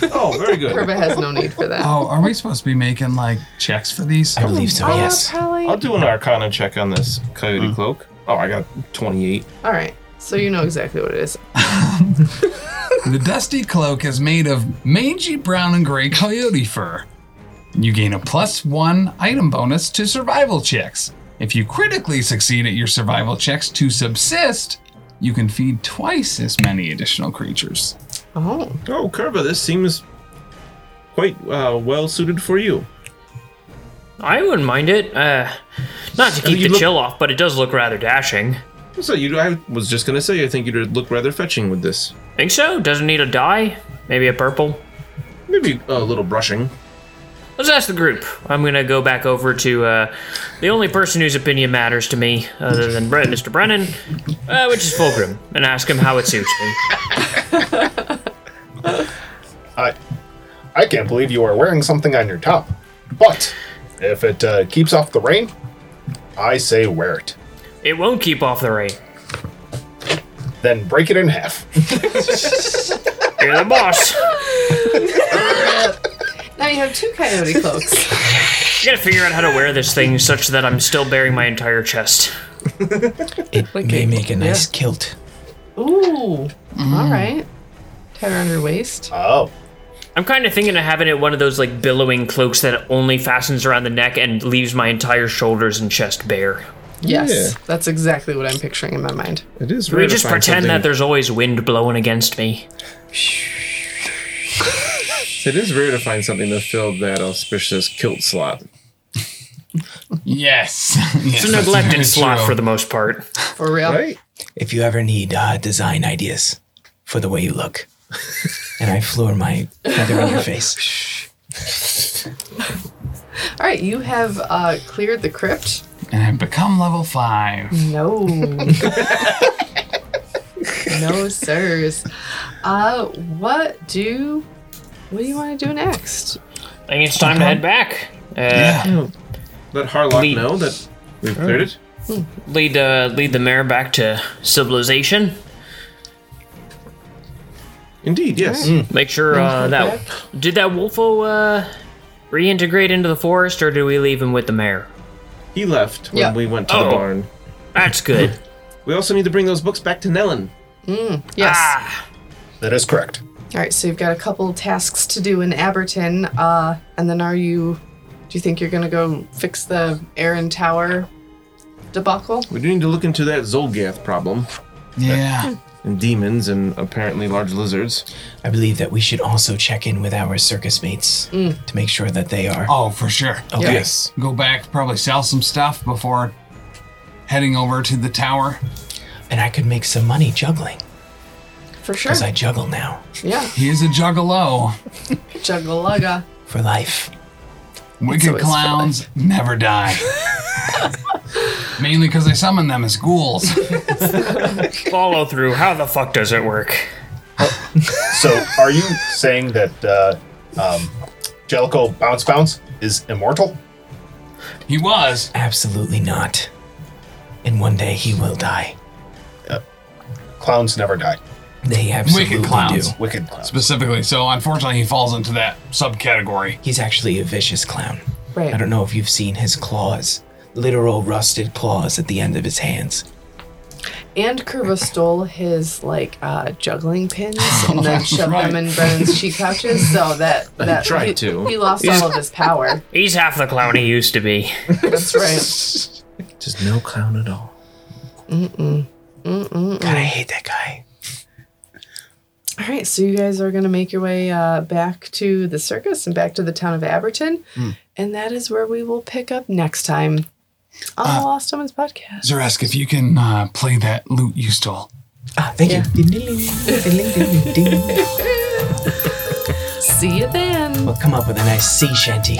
Oh, very good. Curva has no need for that. Oh, are we supposed to be making like checks for these? I believe so, Uh, yes. probably. Oh. I'll do an Arcana check on this coyote cloak. Oh, I got 28. All right. So you know exactly what it is. The dusty cloak is made of mangy brown and gray coyote fur. You gain a plus one item bonus to survival checks. If you critically succeed at your survival checks to subsist, you can feed twice as many additional creatures. Oh, Oh, Kerba, this seems quite uh, well suited for you. I wouldn't mind it. Uh, not to keep you the look- chill off, but it does look rather dashing. So you, I was just gonna say, I think you'd look rather fetching with this. Think so? Doesn't need a dye. Maybe a purple. Maybe a little brushing. Let's ask the group. I'm gonna go back over to uh, the only person whose opinion matters to me, other than Bre- Mr. Brennan, uh, which is Fulgrim, and ask him how it suits me. I can't believe you are wearing something on your top. But if it uh, keeps off the rain, I say wear it. It won't keep off the rain. Then break it in half. You're the boss. You now you have two coyote cloaks. gotta figure out how to wear this thing such that I'm still bearing my entire chest. It may a- make a nice kilt. Mm. Ooh. All right. Tie around your waist. Oh, I'm kind of thinking of having it one of those like billowing cloaks that only fastens around the neck and leaves my entire shoulders and chest bare. Yes, that's exactly what I'm picturing in my mind. It is We just pretend that there's always wind blowing against me. It is rare to find something to fill that auspicious kilt slot. Yes. It's yes a that's very neglected slot true. for the most part. For real. right. If you ever need uh, design ideas for the way you look, and I floor my feather on your face. All right, you have uh, cleared the crypt. And I've become level five. Mm. No. no, sirs. Uh, what do what do you want to do next? I think it's time to head back. Uh, Let Harlock Lead. know that we've cleared it. Lead uh, lead the mare back to civilization. Indeed, yes. Make sure uh, that did that Wolfo uh, reintegrate into the forest, or do we leave him with the mare? He left when Yeah. we went to the Oh. barn. That's good. We also need to bring those books back to Nellen. Yes. ah, That is correct. All right, so you've got a couple tasks to do in Aberton. Uh, and then are you? Do you think you're gonna go fix the Aaron Tower debacle? We do need to look into that Zolgath problem. Yeah. And demons and apparently large lizards. I believe that we should also check in with our circus mates to make sure that they are. Oh, for sure. okay. Yes. Go back, probably sell some stuff before heading over to the tower. And I could make some money juggling For sure. because I juggle now yeah. He is a juggalo. Juggalaga. for life. Wicked always fun. clowns never die. Mainly because I summon them as ghouls. follow through. How the fuck does it work? So, are you saying that uh, um, Jellico Bounce Bounce is immortal? He was. Absolutely not. And one day he will die. Clowns never die. They absolutely do. clowns. Wicked clowns. Specifically, so unfortunately, he falls into that subcategory. He's actually a vicious clown. Right. I don't know if you've seen his claws, literal rusted claws at the end of his hands. And Curva stole his like uh, juggling pins and then shoved right. them in Brennan's cheek pouches. So that that tried he, to. He lost all of his power. He's half the clown he used to be. That's right. Just no clown at all. God, Mm. I hate that guy. All right, so you guys are going to make your way uh, back to the circus and back to the town of Aberton, and that is where we will pick up next time on the Lost Omens podcast. Zeresk, if you can uh, play that lute you stole. Ah, thank you. Ding-ding-ding-ding-ding-ding-ding. See you then. we'll come up with a nice sea shanty.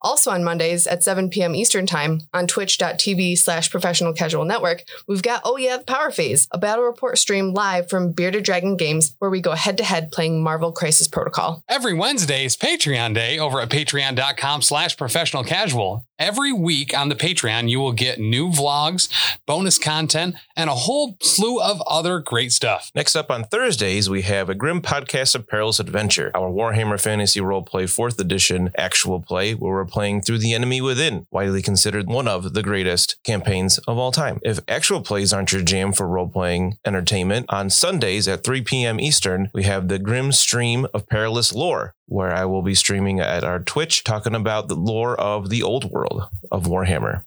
Also on Mondays at 7 p.m. Eastern Time on twitch.tv slash professional casual network, we've got Oh Yeah, the Power Phase, a battle report stream live from Bearded Dragon Games where we go head to head playing Marvel Crisis Protocol. Every Wednesday is Patreon Day over at patreon.com slash professional casual. Every week on the Patreon, you will get new vlogs, bonus content, and a whole slew of other great stuff. Next up on Thursdays, we have a Grim Podcast of Perilous Adventure, our Warhammer Fantasy Roleplay 4th Edition actual play where we're playing through The Enemy Within, widely considered one of the greatest campaigns of all time. If actual plays aren't your jam for roleplaying entertainment, on Sundays at 3 p.m. Eastern, we have the Grim Stream of Perilous Lore, where I will be streaming at our Twitch talking about the lore of the old world of Warhammer.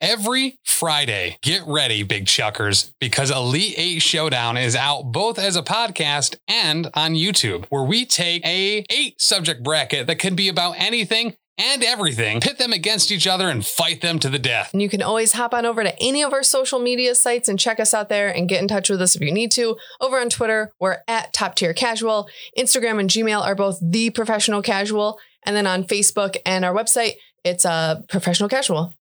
Every Friday, get ready, big chuckers, because Elite 8 Showdown is out both as a podcast and on YouTube, where we take a eight subject bracket that can be about anything and everything, pit them against each other, and fight them to the death. And you can always hop on over to any of our social media sites and check us out there and get in touch with us if you need to. Over on Twitter, we're at Top Tier Casual. Instagram and Gmail are both The Professional Casual. And then on Facebook and our website, it's uh, Professional Casual.